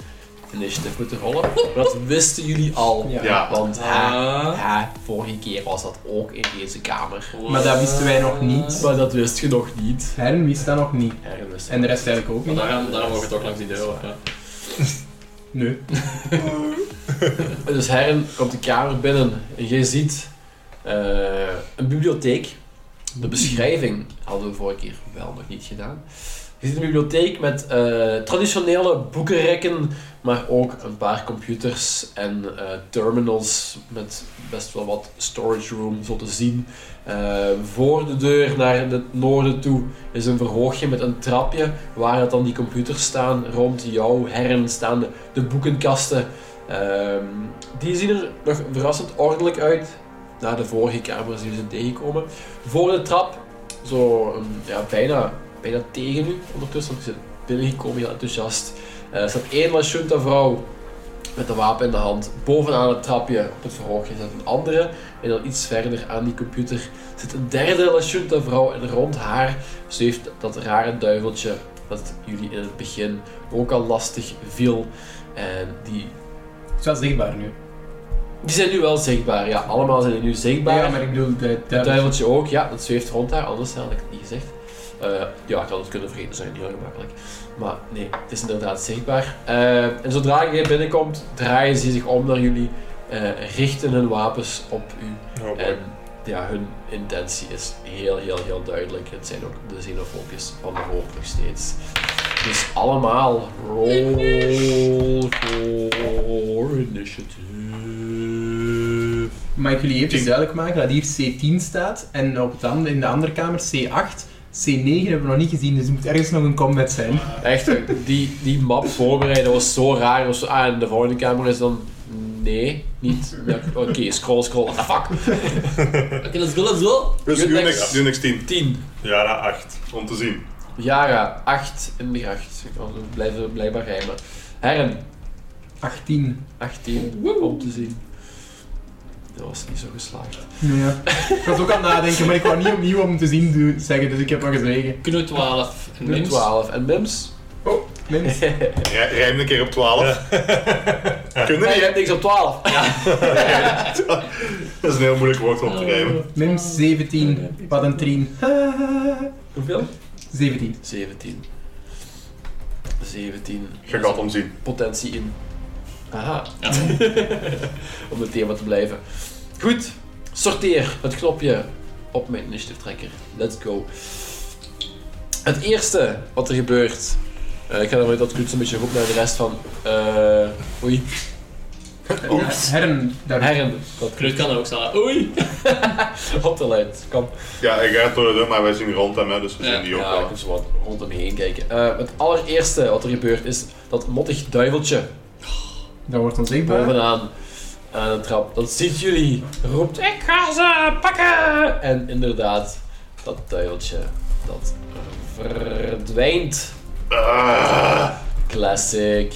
S1: initiative moeten rollen. Maar dat wisten jullie al.
S2: Ja.
S4: Ja.
S1: Want hè,
S3: Ah.
S1: hè, vorige keer was dat ook in deze kamer.
S2: Maar dat wisten wij nog niet.
S1: Maar dat wist je nog niet.
S2: Herren wist dat nog niet.
S1: Herren wist
S2: En de rest eigenlijk ook
S3: Maar
S2: niet.
S3: daarom, daarom mogen we toch langs die deur. Ja.
S2: Nee.
S1: Dus Herren komt de kamer binnen en je ziet eh, een bibliotheek. De beschrijving hadden we vorige keer wel nog niet gedaan. Je ziet een bibliotheek met eh, traditionele boekenrekken, maar ook een paar computers en eh, terminals met best wel wat storage room zo te zien. Eh, voor de deur naar het noorden toe is een verhoogje met een trapje waar dat dan die computers staan. Rond jou, herren, staan de, de boekenkasten. Ehm, die zien er nog verrassend ordelijk uit. Na de vorige kamers die we zijn tegengekomen. Voor de trap, zo een- ja, bijna, bijna tegen u ondertussen, want je bent binnengekomen, heel enthousiast. Eh, Er staat één Lashunta vrouw met een wapen in de hand. Bovenaan het trapje op het verhoogje zit een andere. En dan iets verder aan die computer zit een derde Lashunta vrouw. En rond haar zweeft dat rare duiveltje dat jullie in het begin ook al lastig viel. En die
S2: Het is wel zichtbaar nu.
S1: die zijn nu wel zichtbaar, ja. Allemaal zijn die nu zichtbaar.
S2: Ja, dus- maar ik bedoel, de
S1: Het
S2: duivel.
S1: duiveltje ook, ja, dat zweeft rond daar, anders had ik het niet gezegd. Eh, ja, ik had het kunnen vergeten, zijn heel gemakkelijk. Maar nee, het is inderdaad zichtbaar. Eh, en zodra je binnenkomt, draaien ze zich om naar jullie, eh, richten hun wapens op u.
S5: Oh boy.
S1: En ja, hun intentie is heel, heel, heel duidelijk. Het zijn ook de xenofobjes van de hoop nog steeds. Dus allemaal roll for initiative.
S2: Maar ik wil jullie even duidelijk maken dat hier C10 staat en op het andere, in de andere kamer C8. C9 hebben we nog niet gezien, dus er moet ergens nog een combat zijn.
S1: Echt, die, die map voorbereiden was zo raar. Was zo, ah, en de volgende camera is dan... Nee, niet. Ja, Oké, scroll, scroll. Ah, fuck.
S3: Oké, let's go, let's go.
S4: Dus
S1: Unix.
S4: Unix, Unix 10,
S1: 10.
S5: Jara 8.
S4: om te zien.
S1: Yara, 8 in de gracht. Ik kan het blijven blijkbaar rijmen. Herren,
S2: 18.
S1: 18 om te zien. Dat was niet zo geslaagd.
S2: Ja. ik was ook aan het nadenken, maar ik wou niet opnieuw om te zien doen- zeggen, dus ik heb maar gezwegen.
S3: Knut 12 en
S1: Nu
S3: Mims.
S1: 12 en (laughs) Mims.
S2: Oh, mens.
S4: Rij- Rijm een keer op 12. (laughs) Kunnen
S1: Nee, je
S4: niet, hè?
S1: hebt niks op 12.
S4: Dat is een heel moeilijk woord
S1: Oh.
S4: om te rijmen.
S2: Mims 17. Wat een (laughs) trien.
S1: Hoeveel?
S2: 17.
S1: 17. 17.
S4: Je gaat hem zien.
S1: potentie in. Haha. (laughs) Om het thema te blijven. Goed, sorteer het knopje op mijn initiative tracker. Let's go. Het eerste wat er gebeurt. eh, ik ga ervan uit dat Knut een beetje roept naar de rest van. eh oei,
S4: Oeps.
S2: Herren. Eh, Daar.
S1: herren. (laughs) Dat
S3: Knut kan er ook staan. Oei!
S1: op de lijst kan.
S4: Ja, hij gaat door de deur, maar wij zien rond hem, hè, dus we
S3: Ja.
S4: zien die ook
S1: Ja, ik
S4: wel.
S1: kan zo wat rond hem heen kijken. Eh, het allereerste wat er gebeurt is dat mottig duiveltje
S2: Dat wordt onzichtbaar.
S1: bovenaan aan de trap. Dat ziet jullie. Roept, ik ga ze pakken! En inderdaad, dat duiveltje dat eh, verdwijnt.
S4: Ah.
S1: Classic.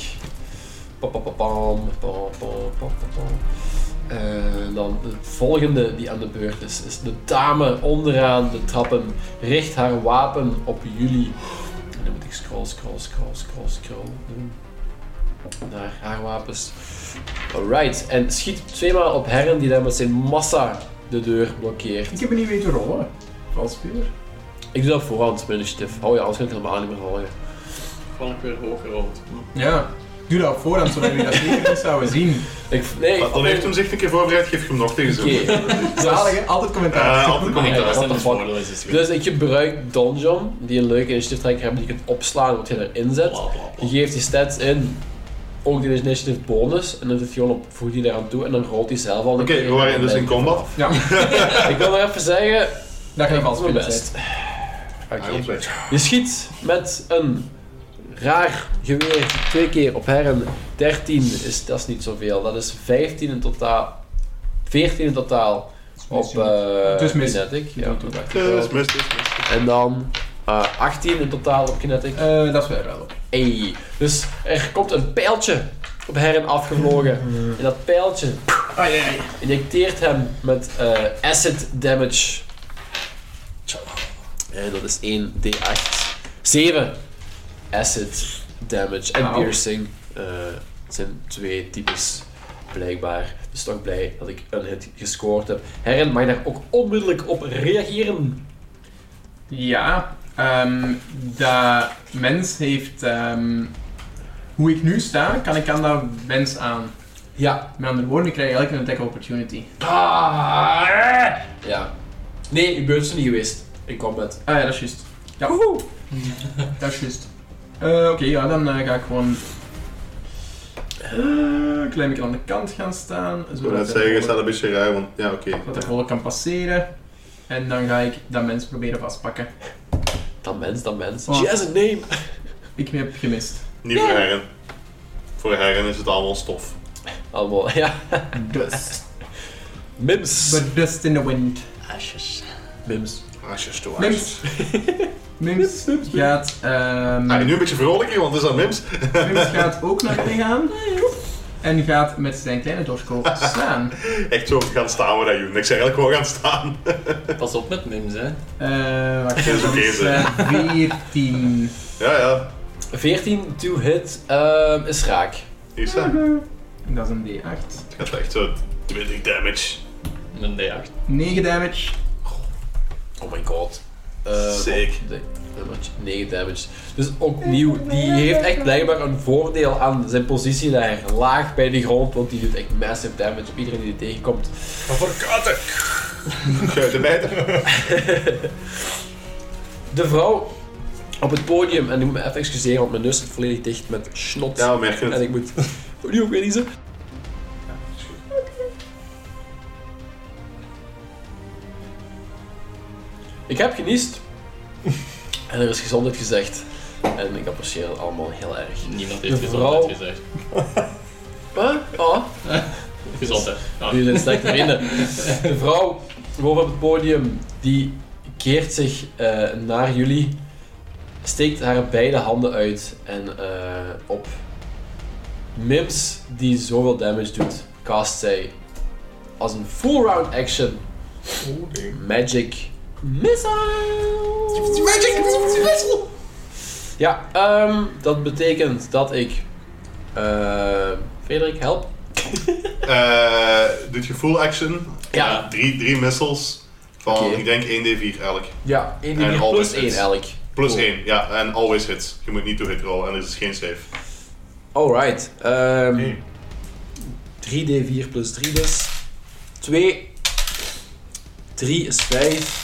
S1: Pa, pa, pa, pam, pa, pa, pa, pa, pa. Eh, En dan de volgende die aan de beurt is, is de dame onderaan de trappen. Richt haar wapen op jullie. En dan moet ik scroll, scroll, scroll, scroll, scroll doen. Naar haar wapens. Alright, en schiet tweemaal op Herren die daar met zijn massa de deur blokkeert.
S2: Ik heb er niet weten rollen. Als speler.
S1: Ik doe dat voorhand, mijn initiatief. Hou je, anders kan ik het helemaal niet meer volgen.
S3: Val ik weer hoog gerold.
S2: Ja. Doe dat op voorhand, zodat jullie dat zeker niet zouden
S1: (laughs)
S2: zien.
S1: Ik, nee, Dus-
S4: Maar
S1: (laughs)
S4: Dan heeft hem zich een keer voorbereid, geef ik hem nog tegen
S1: Oké.
S4: zo'n.
S2: Zalig, hè? altijd commentaar.
S4: Eh, altijd
S3: Maar
S1: (laughs) Ja,
S3: ik
S4: commentaar.
S1: what
S3: luister
S1: the
S3: naar
S1: fuck.
S3: spoilers, is goed.
S1: Dus ik gebruik Donjon, die een leuke initiatieftrekker hebben die je kunt opslaan wat je erin zet.
S3: Bla, bla, bla.
S1: Je geeft die stats in, ook die initiative bonus, en dan zit gewoon op, voeg die daaraan toe en dan rolt hij zelf al.
S4: Oké, we waren dus in combat.
S2: Ja,
S1: Ik wil nog even zeggen,
S2: dat gaat
S1: ik
S2: wel
S1: doe mijn best.
S2: spelen.
S1: Oké.
S4: Hij ontwijkt.
S1: Je schiet met een raar geweer twee keer op herren. 13 is, dat is niet zoveel. Dat is 15 in totaal. 14 in totaal op eh
S2: Dus mis.
S1: Kinetic. Ja, dat dacht ik
S4: Eh,
S1: wel.
S4: is mis, is mis.
S1: En dan eh, 18 in totaal op Kinetic.
S2: Eh, dat is wel wel.
S1: Ey. Dus er komt een pijltje op herren afgevlogen. En dat pijltje
S3: Ai, ai, ai.
S1: injecteert hem met eh, acid damage. En dat is 1 D8. 7 acid damage en
S2: Auw.
S1: piercing. Eh, het zijn twee types, blijkbaar. Dus toch blij dat ik een hit gescoord heb. Herren mag daar ook onmiddellijk op reageren.
S2: Ja, ehm dat mens heeft. ehm, hoe ik nu sta, kan ik aan dat mens aan.
S1: Ja.
S2: Met andere woorden, ik krijg eigenlijk een attack opportunity.
S1: Ja. Nee, uw beurt is er niet geweest in combat.
S2: Ah ja, dat is juist. Ja. (laughs) Dat is juist. Eh, Oké, ja, dan eh, ga ik gewoon. eh, een klein beetje aan de kant gaan staan.
S4: Ik wil
S2: Zodat
S4: net
S2: de
S4: zeggen, je staat
S2: volk-
S4: een beetje raar, want ja, oké.
S2: dat de volk kan passeren. En dan ga ik dat mens proberen vastpakken.
S1: Dan mens, dan mens.
S2: Oh.
S1: She has a name.
S2: Ik heb gemist.
S4: Niet voor herren. Voor herren is het allemaal stof.
S1: Allemaal, (laughs) ja.
S2: Dust.
S1: Mims.
S2: But dust in the wind.
S3: Asjes.
S1: Mims.
S4: Asjes toe
S2: Mims.
S4: asjes.
S2: (laughs) Mims gaat, ehm,
S4: Ah, nu een beetje vrolijk hier, want het is aan Mims.
S2: Mims gaat ook naar binnen gaan. En gaat met zijn kleine dorsko slaan.
S4: Echt zo gaan staan waar dat Joen. Ik zeg eigenlijk gewoon gaan staan.
S3: Pas op met mims, hè.
S2: Eh wacht,
S4: Dat is
S2: dat
S4: oké,
S2: is
S4: zeg.
S2: eh, 14.
S4: Ja, ja.
S1: 14 to hit ehm, is raak.
S4: Hier staan.
S2: En dat is een D8.
S4: Het gaat echt zo 20 damage.
S3: Een D8.
S2: 9 damage.
S1: Oh my god. Eh,
S4: Sick.
S1: op de- damage, 9 damage. Dus opnieuw, die heeft echt blijkbaar een voordeel aan zijn positie daar laag bij de grond, want die doet echt massive damage op iedereen die die tegenkomt.
S5: Voor katten!
S4: (laughs) Schuiten bijten.
S1: De vrouw op het podium, en ik moet me even excuseren, want mijn neus zit volledig dicht met snot.
S4: Ja, we merken
S1: En
S4: het.
S1: ik moet (laughs) opnieuw ook weer niezen. Ik heb geniest. (laughs) En er is gezondheid gezegd. En ik apprecieer het allemaal heel erg.
S3: Niemand heeft
S1: De vrouw-
S3: gezondheid gezegd.
S1: Huh? Ah,
S3: Gezondheid. Ja.
S1: jullie zijn slechte vrienden. De vrouw boven op het podium, die keert zich eh, naar jullie. Steekt haar beide handen uit en eh, op Mims, die zoveel damage doet, cast zij als een full round action
S5: Oh, nee.
S1: Magic Missile. Magic Missile. Ja, ehm, dat betekent dat ik. eh Frederik, help.
S4: Eh, doet je full action. Eh,
S1: Ja.
S4: Drie, drie missiles van,
S1: Oké.
S4: ik denk 1d4 elk.
S1: Ja, 1
S4: En
S1: d plus
S4: always
S1: 1
S4: hits.
S1: elk.
S4: Plus
S1: Cool.
S4: 1, ja. En always hits. Je moet niet to hit rollen en er is dus geen save.
S1: Alright. ehm,
S5: Nee.
S1: 3d4 plus 3 dus. 2. 3 is 5.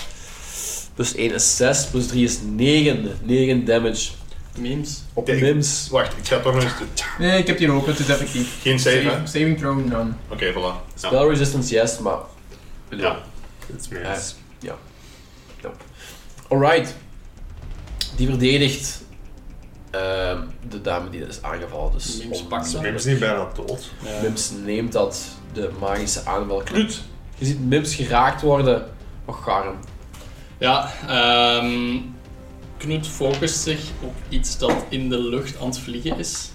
S1: Plus 1 is 6. Plus 3 is 9. 9 damage
S3: Mims.
S1: op
S4: Kijk.
S1: Mims.
S4: Wacht, ik ga toch nog eens doen.
S2: Nee, ik heb die open, het is effectief.
S4: Geen save, hè?
S2: Saving, saving throw none.
S4: Oké, voilà. Ja.
S1: Spell resistance, yes, maar.
S4: Ja.
S5: Het is
S1: Ja.
S5: meer.
S1: ja. ja. Alright. Die verdedigt ehm, de dame die is aangevallen. Dus
S3: Mims
S1: om-
S3: pakt ze.
S5: Mims is niet bijna dood.
S3: Ja.
S1: Mims neemt dat, de magische aanval. Knut! Je ziet Mims geraakt worden. Och, garm.
S3: Ja, ehm Knut focust zich op iets dat in de lucht aan het vliegen is.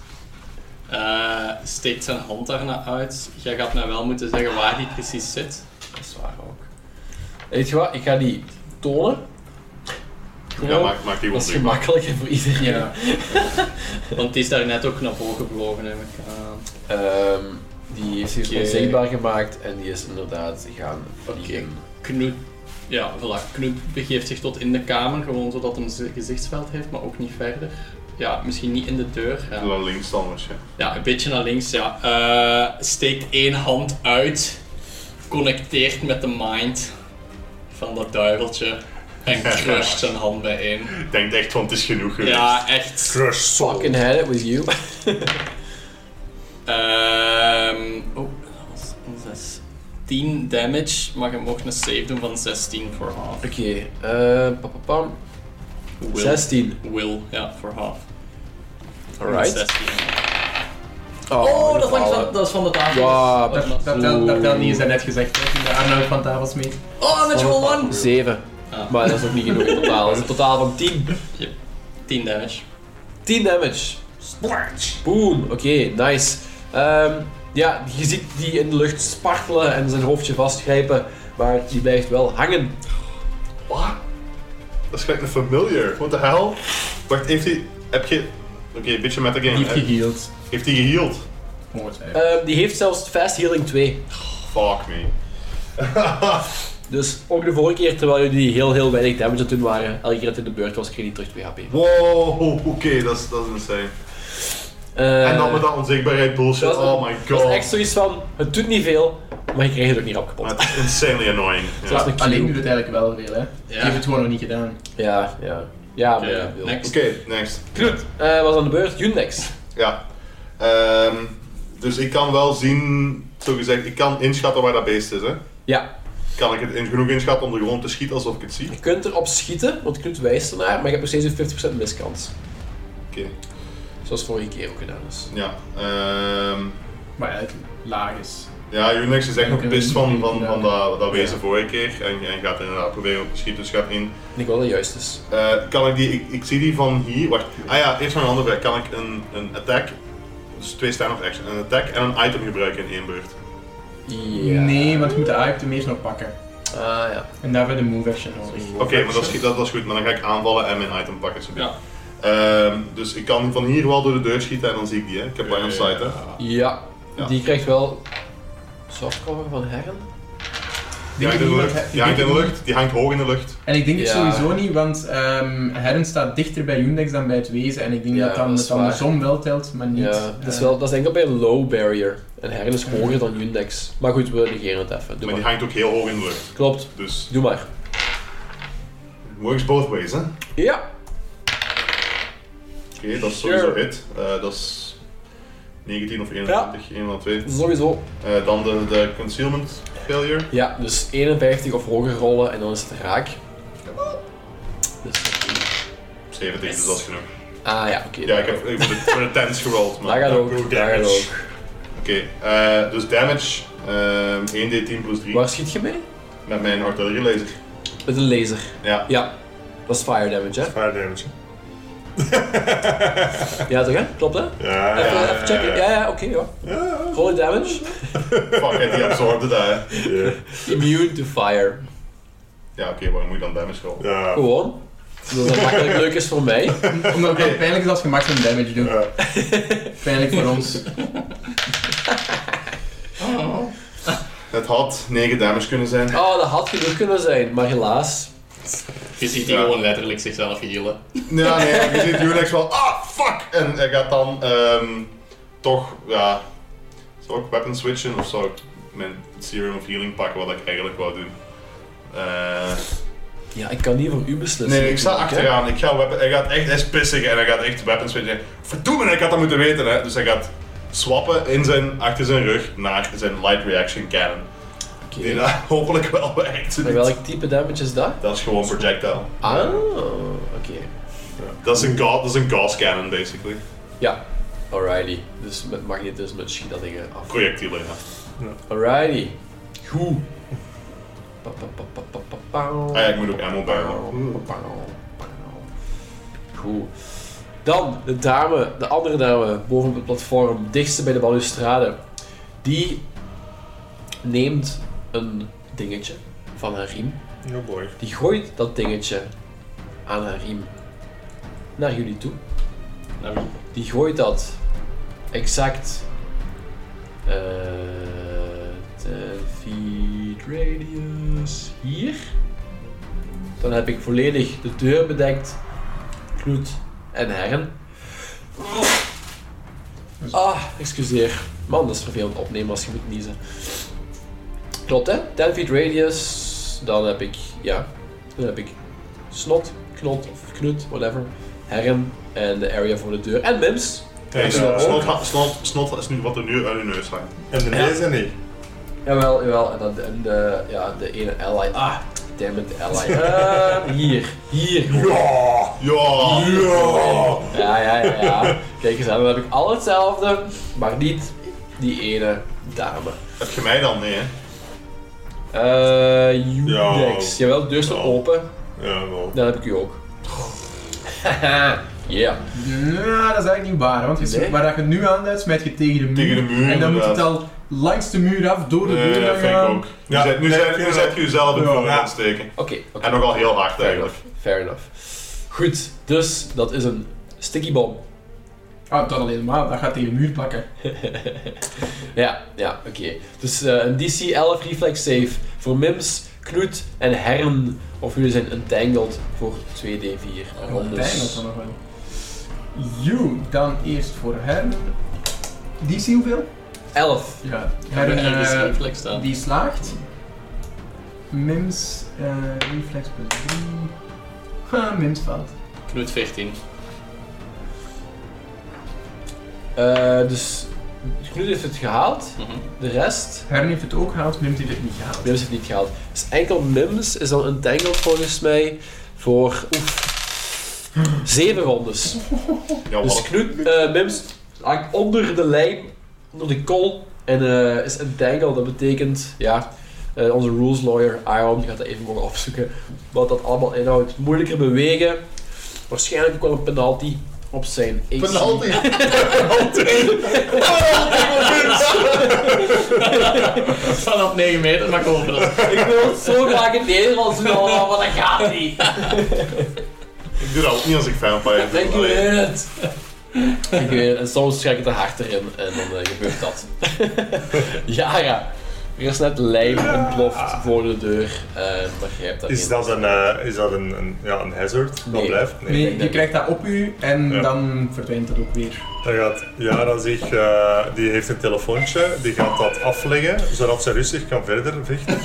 S3: Eh, steekt zijn hand daarna uit. Jij gaat mij wel moeten zeggen waar die precies zit.
S1: Dat is waar ook. Weet je wat, ik ga die tonen.
S4: Ja,
S1: Gewoon,
S4: maak, maak die
S1: dat is
S4: wel
S1: gemakkelijker voor iedereen.
S2: Ja.
S3: Want die is daar net ook naar boven gevlogen, heb ik aan.
S1: Ehm, die heeft zich
S3: Oké.
S1: onzichtbaar gemaakt en die is inderdaad gaan vliegen.
S3: Knut, ja, voilà. Knut begeeft zich tot in de kamer, gewoon zodat hij zijn gezichtsveld heeft, maar ook niet verder. Ja, misschien niet in de deur. Ja.
S4: Wel links dan waarschijnlijk.
S3: Ja, een beetje naar links, ja. Eh, steekt één hand uit, connecteert met de mind van dat duiveltje en crusht zijn hand bijeen.
S4: Ik denk echt, want het is genoeg geweest.
S3: Ja, echt.
S5: Crush soul.
S1: Fucking had it with you.
S3: Ehm oh, dat was een 6. 10 damage, maar je mocht een save doen van 16 voor half.
S1: Oké, eh pam, pam, pam.
S3: Will.
S1: 16.
S3: Will, ja, voor half.
S1: Alright.
S3: 16.
S1: Oh,
S3: Oh, dat, hangt
S1: gevallen.
S3: van, dat is van de tafel.
S1: Ja,
S3: dat,
S2: Dat, dat, telt, dat telt niet, is dat net gezegd. hè, in de Arnoud van tafels mee.
S3: Oh, natural one!
S1: 7.
S3: Ah.
S1: Maar dat is ook niet genoeg in totaal. Dat is een totaal van 10.
S3: 10 damage.
S1: 10 damage. Splash. Boom. Oké, nice. Ehm, ja, je ziet die in de lucht spartelen en zijn hoofdje vastgrijpen. Maar die blijft wel hangen.
S4: Wat? Dat is gelijk een familiar. What the hell? Wacht, heeft hij... Heb je... Oké, een beetje metagame.
S2: Die heeft
S4: Heb-
S2: geheeld.
S4: Heeft hij geheeld?
S2: Ongetwijfeld.
S1: Ehm, die heeft zelfs Fast Healing 2.
S4: Fuck me.
S1: Dus ook de vorige keer, terwijl jullie heel heel weinig damage aan het doen waren, elke keer dat het in de beurt was, kreeg hij terug 2 HP.
S4: Wow, oké, dat is dat is insane.
S1: Eh,
S4: en dan met dat onzichtbaarheid bullshit.
S1: dat is-
S4: Oh my
S1: Dat is
S4: god.
S1: echt zoiets van, het doet niet veel, maar je krijgt het ook niet rap kapot.
S4: Maar het is insanely annoying. Ja.
S1: Zelfs
S4: Oké,
S1: een Q.
S2: Alleen doet het eigenlijk wel veel, hè. Je
S3: Ja.
S2: hebt het gewoon nog niet gedaan.
S1: Ja, ja. Ja, maar
S3: Oké,
S1: ja, wil.
S3: next.
S4: next.
S1: Knut, eh, was aan de beurt. Unnex.
S4: Ja. Ehm, dus ik kan wel zien, zo gezegd, ik kan inschatten waar dat beest is. Hè?
S1: Ja,
S4: Kan ik het in, genoeg inschatten om er gewoon te schieten alsof ik het zie?
S1: je kunt erop schieten, want Knut wijst ernaar, maar je hebt nog steeds een 50% miskans.
S4: Oké.
S1: Zoals vorige keer ook gedaan is.
S4: Ja. Ehm
S2: Maar ja, het laag is.
S4: ja, Unix is echt nog pist van, van, van dat, dat wezen
S1: Ja.
S4: vorige keer. En, en gaat inderdaad proberen op te schieten, dus gaat in.
S1: En ik wil dat het juist is.
S4: Eh, kan ik die, ik, ik zie die van hier, wacht. Ah ja, eerst nog een andere vraag. Kan ik een, een attack, dus twee staan of action, een attack en een item gebruiken in één beurt?
S1: Ja.
S2: Nee, want je moet de item eerst nog pakken.
S1: Ah ja.
S2: En daarvoor de move action nodig.
S4: Oké, maar dat is, dat is goed, maar dan ga ik aanvallen en mijn item pakken. zo.
S3: Ja.
S4: Ehm, dus ik kan van hier wel door de deur schieten en dan zie ik die, hè. Ik heb line of sight, hè.
S1: Ja.
S4: Ah. Ja.
S1: Die krijgt wel softcover van Herren.
S4: Die hangt in de
S2: niemand-
S4: lucht, die
S2: denk
S4: hangt in de
S2: niet-
S4: lucht, die hangt hoog in de lucht.
S2: En ik denk het
S1: Ja.
S2: sowieso niet, want ehm Herren staat dichter bij Undex dan bij het wezen. En ik denk
S1: Ja,
S2: dat dan
S1: dat
S2: het
S1: is waar.
S2: andersom wel telt, maar niet.
S1: Ja, dat is,
S2: eh,
S1: wel, dat is denk ik bij low barrier. En Herren is hoger dan Undex. Maar goed, we negeren het even. Doe
S4: Maar
S1: maar.
S4: die hangt ook heel hoog in de lucht.
S1: Klopt.
S4: Dus,
S1: Doe maar.
S4: works both ways, hè. Oké,
S1: Ja.
S4: dat is sowieso
S1: Sure.
S4: hit. Eh, dat is 19 of 21, één van de twee.
S1: Sowieso.
S4: Eh, dan de, de concealment failure.
S1: Ja, dus 51 of hoger rollen en dan is het raak. Dus,
S4: 70, dus dat is genoeg.
S1: ah ja, oké.
S4: Ja, ik heb ik heb voor de, voor de tens gerold,
S1: Daar
S4: maar...
S1: gaat
S5: Go
S1: ook. Daar gaat
S5: damage.
S1: ook.
S4: Oké, eh, dus damage. ehm, 1d10 plus 3
S1: Waar schiet je mee?
S4: met mijn artillerie laser.
S1: Met een laser.
S4: Ja.
S1: Ja. Dat is fire damage, hè?
S5: Fire damage. hè.
S1: Ja, toch, hè? Klopt, hè?
S5: Ja,
S1: Even,
S5: ja,
S1: even checken. Ja, ja, oké, hoor. Holy damage.
S4: Fuck it, die absorbde dat, hè.
S5: ja.
S1: Immune to fire.
S4: Ja, oké, waarom moet je dan damage rollen?
S5: Ja.
S1: Gewoon. Zodat dat makkelijk leuk is voor mij.
S2: Omdat het wel pijnlijk is als je maximum damage doet.
S5: Ja.
S2: Pijnlijk voor ons.
S4: Het had 9 damage kunnen zijn.
S1: Oh, dat had genoeg kunnen zijn, maar helaas.
S3: Je ziet die
S4: Ja.
S3: gewoon letterlijk zichzelf healen.
S4: Ja, nee, je ziet Unix wel, ah, fuck! En hij gaat dan ehm, toch, ja... Zou ik weapon switchen of zou ik mijn Serum of Healing pakken, wat ik eigenlijk wou doen? Eh,
S1: Ja, ik kan niet voor u beslissen.
S4: nee, ik sta
S1: natuurlijk, hè.
S4: achteraan. Ik ga weapon, hij gaat echt, hij is pissig en hij gaat echt weapon switchen. Verdoemen, ik had dat moeten weten, hè. Dus hij gaat swappen in zijn, achter zijn rug naar zijn Light Reaction Cannon.
S1: Oké.
S4: Die dat (laughs) hopelijk wel werkt.
S1: En welk type damage is dat?
S4: Dat is gewoon projectile.
S1: Ah, oké.
S4: Dat is een, ga- dat is een gas cannon, basically.
S1: Ja, alrighty. Dus met magnetisme schiet dat dingen af.
S4: Projectielen, ja.
S1: Alrighty. Goed. Pa, pa, pa, pa, pa, pa, pa.
S5: Hmm.
S4: Ah ja, ik moet ook ammo bijhouden.
S1: Pa, pa, pa, pa, pa. goed. Dan de dame, de andere dame boven op het platform, dichtste bij de balustrade. Die neemt een dingetje van haar riem.
S5: Oh boy.
S1: Die gooit dat dingetje aan haar riem naar jullie toe.
S3: Naar wie?
S1: Die gooit dat exact. eh, de feed radius hier. Dan heb ik volledig de deur bedekt. Knoet en herren. Ah, excuseer. Man, dat is vervelend opnemen als je moet niezen. Klopt hè? 10 feet radius. Dan heb ik, ja. Dan heb ik snot, knot of knut, whatever. Herren en de area voor de deur. En mims.
S4: Hey,
S5: En,
S4: snot,
S5: eh,
S4: snot, snot, snot is nu wat er nu uit je neus hangt.
S5: en de nezen niet.
S1: Jawel, jawel. En dan de, en de, ja, de ene ally. Ah, damn it, (laughs) ally. Eh, hier, hier.
S5: Ja!
S4: Ja!
S5: Ja!
S1: Ja, ja, ja, ja. Kijk eens aan, dan heb ik al hetzelfde, maar niet die ene dame.
S4: Heb je mij dan? Nee, hè?
S1: Eh, Judex.
S5: Ja.
S1: Jawel, de deur staat
S5: Ja.
S1: open.
S5: Ja, wel.
S1: Dan heb ik u ook. (laughs) Haha, ja.
S2: Nou, dat is eigenlijk niet waar, want je
S1: Nee?
S2: waar dat je het nu aanduidt, smijt je tegen de muur.
S4: Tegen de muur,
S2: En dan moet het
S4: inderdaad.
S2: al langs de muur af, door de
S4: Nee,
S2: deur
S4: dat vind ik
S2: gaan.
S4: ook. Nu
S5: Ja,
S4: zet- Nu
S5: nee,
S4: zet-
S5: ik vind
S4: nu
S5: dat-
S4: zet je jezelf in
S2: Ja.
S4: voor
S5: Ja.
S4: aan steken.
S1: Oké, oké.
S4: En nogal heel hard
S1: Fair
S4: eigenlijk.
S1: enough. Fair enough. Goed, dus dat is een sticky bom. (laughs)
S2: Ah, dat alleen maar, dat gaat tegen de muur plakken.
S1: Ja, ja, oké. Dus eh, een DC 11 reflex save voor Mims, Knoet en Herren. Of jullie zijn entangled voor 2d4
S2: Uiteindelijk
S1: rondes.
S2: dan nog wel. You, dan eerst voor Herren. DC hoeveel?
S1: 11.
S2: Ja,
S3: Hebben
S2: Herren
S3: we ergens
S2: eh,
S3: reflex staan?
S2: die slaagt. Mims, eh, reflex plus 3. Ha, Mims faalt.
S3: Knut 14.
S1: Eh, dus Knoet heeft het gehaald.
S3: Mhm.
S1: De rest,
S2: Herren heeft het ook gehaald, Mims heeft het niet gehaald.
S1: Mims heeft het niet gehaald. Dus enkel Mims is dan entangled volgens mij voor oef, 7 rondes.
S4: Ja,
S1: Dus
S4: wat?
S1: Knoet, eh, Mims hangt onder de lijn, onder de kol en eh, is entangled. Dat betekent, ja, eh, onze rules lawyer Aaron gaat dat even mogen opzoeken. Wat dat allemaal inhoudt. Moeilijker bewegen. Waarschijnlijk ook wel een penalty op zijn AC.
S4: Penalty!
S3: Vanaf 9 meter, maar kom op. dat is-
S1: Ik wil het zo graag in het Nederlands doen, allemaal, maar dat gaat niet.
S4: Ik doe dat ook niet als ik vampire
S1: Ik
S4: doe. Allee.
S1: weet het. Ik weet het. En soms ga ik er hard erin en dan eh, gebeurt dat. (laughs) Jara. Er is net lijm ontploft voor de deur. eh, maar jij hebt dat
S5: Is
S1: niet.
S5: dat een, eh, is dat een, een, ja, een hazard? Dat
S1: Nee.
S5: blijft? Nee.
S2: Nee,
S1: denk
S2: je
S1: dat-
S2: krijgt dat op u en
S5: Ja.
S2: dan verdwijnt dat ook weer.
S5: Dan gaat Yara zich, eh, die heeft een telefoontje, die gaat dat afleggen, zodat ze rustig kan verder vechten.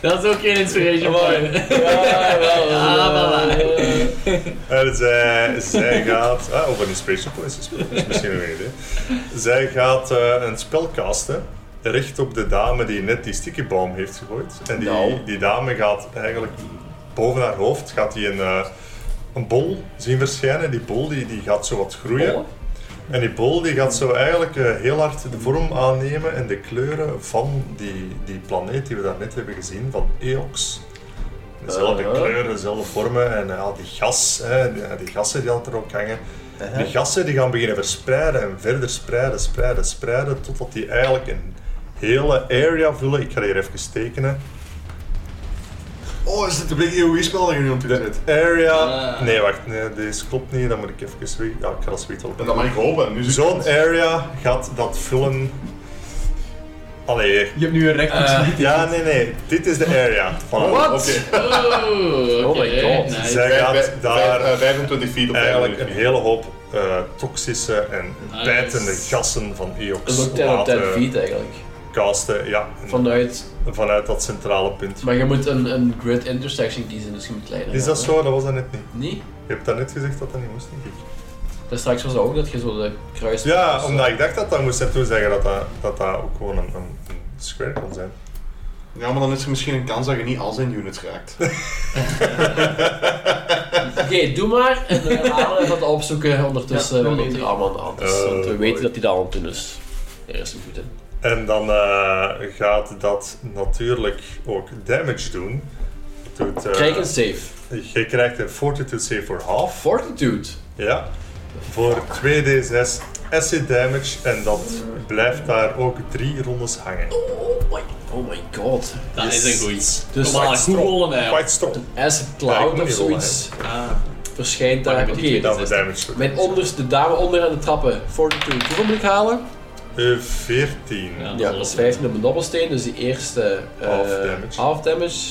S3: Dat is ook geen inspiration (laughs) point.
S1: Ja, wel.
S3: Ah, voilà.
S5: En zij, zij gaat, ah, of een inspiration point, is is misschien een idee. Zij gaat eh, een spel casten, recht op de dame die net die stickyboom heeft gegooid. En die,
S1: Nou.
S5: die dame gaat eigenlijk boven haar hoofd gaat die een, eh, een bol zien verschijnen. Die bol die, die gaat zo wat groeien.
S1: Bollen?
S5: En die bol die gaat zo eigenlijk eh, heel hard de vorm aannemen en de kleuren van die, die planeet die we daarnet hebben gezien, van Eox. Dezelfde
S1: Eh.
S5: kleuren, dezelfde vormen en ja, die gas, hè, die, die gassen die altijd erop hangen. Die gassen die gaan beginnen verspreiden en verder spreiden, spreiden, spreiden, totdat die eigenlijk een hele area vullen. Ik ga hier even tekenen.
S4: Oh, is dit de blik EOE-spel dat je nu op dit net?
S5: Area...
S3: Ah.
S5: Nee, wacht, nee, deze klopt niet, dan moet ik even... weg- Ja, ik ga dat zoiets wel
S4: En dat mag ik hopen. Nu zie ik
S5: Zo'n
S4: het.
S5: area gaat dat vullen. Allee.
S2: Je hebt nu een recht op
S3: Eh,
S2: schieten.
S5: Ja, nee, nee. Dit is de area. Van
S1: Wat?
S4: Oké.
S3: Oeh,
S1: Oh my
S3: oké,
S1: god.
S3: nice.
S5: Zij
S4: Vijf-
S5: gaat
S4: vijf-
S5: daar
S4: vijf- eh, 25 feet op
S5: eigenlijk een
S4: 25 feet.
S5: hele hoop eh, toxische en
S3: Nice.
S5: bijtende gassen van EOX
S1: Dat is ook 10 op 10
S5: laten
S1: feet eigenlijk.
S5: casten. Ja,
S1: Vanuit,
S5: vanuit dat centrale punt.
S1: maar je moet een, een grid intersection kiezen, dus je moet kleiner
S5: Is dat
S1: gaan,
S5: zo? Dat was dat net niet.
S1: hè? Nee?
S5: Je hebt daarnet gezegd dat dat niet moest, denk ik.
S1: Daar straks was dat ook dat je zo de kruis...
S5: Ja,
S1: zo-
S5: omdat ik dacht dat dat moest. En toen zeggen dat dat, dat, dat ook gewoon een, een, een square kon zijn.
S4: Ja, maar dan is er misschien een kans dat je niet al zijn units raakt.
S1: Oké, doe maar. En uh, Aaron gaat dat opzoeken
S2: Ja,
S1: ondertussen
S2: dat
S1: wat
S2: weet
S1: er
S2: ik.
S1: allemaal aan de hand is.
S5: Eh,
S1: want we weten
S5: mooi.
S1: dat hij dat aan het doen dus is. Daar is hij goed in.
S5: En dan eh, gaat dat natuurlijk ook damage doen. fortitude. eh,
S1: Kijk een save.
S5: Je krijgt een fortitude save voor half.
S1: Fortitude.
S5: Ja. Voor 2d6 acid damage en dat blijft daar ook drie rondes hangen.
S1: Oh my, oh my god.
S3: Dat
S5: Yes.
S3: is een goeie.
S1: Dus
S3: Dus maar
S5: Quite
S3: goed
S5: strong.
S3: rollen mij.
S5: Quite strong.
S1: Acid
S5: Ja, ik
S1: Cloud
S5: moet
S1: of
S5: niet rollen,
S1: zoiets
S3: Ah,
S1: verschijnt
S3: Maar
S1: daar.
S3: ik
S1: Oké,
S3: heb die
S5: Dat is damage. voor
S1: mijn onderste, de dame onder aan de trappen. Fortitude. Hoeveel moet ik halen?
S5: Eh, 14.
S3: ja,
S1: Ja,
S3: dat
S1: dat is
S3: is
S1: 15 op mijn dobbelsteen, dus die eerste eh,
S5: Half damage.
S1: half damage.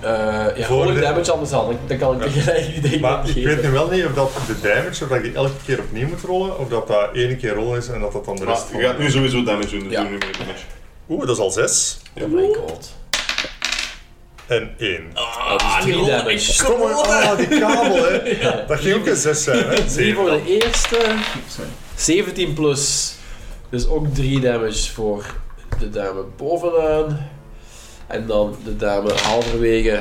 S1: Eh, ja,
S5: Voor
S1: gewoon
S5: de-
S1: damage anders dan, ik- dan kan ik
S5: Ja.
S1: tegen eigenlijk niet tegen
S5: Maar
S1: hem
S5: ik
S1: geven.
S5: weet nu wel niet of dat de damage, of dat ik die elke keer opnieuw moet rollen, of dat dat één keer rollen is en dat dat dan de
S4: Maar
S5: rest
S4: je gaat nu
S5: van-
S4: sowieso damage doen, dus
S1: Ja.
S4: doe nu meer damage.
S5: Oeh, dat is al 6
S1: Oh my god.
S5: en 1.
S1: dat is
S3: Ah, die
S1: 3
S3: rollen
S1: damage.
S3: echt
S5: Kom maar, ah, die kabel hè. Dat ging ook een 6 zijn hè.
S1: 3 voor
S5: Zeven.
S1: de eerste,
S2: Sorry.
S1: 17 plus. Dus ook 3 damage voor de dame bovenaan. En dan de dame halverwege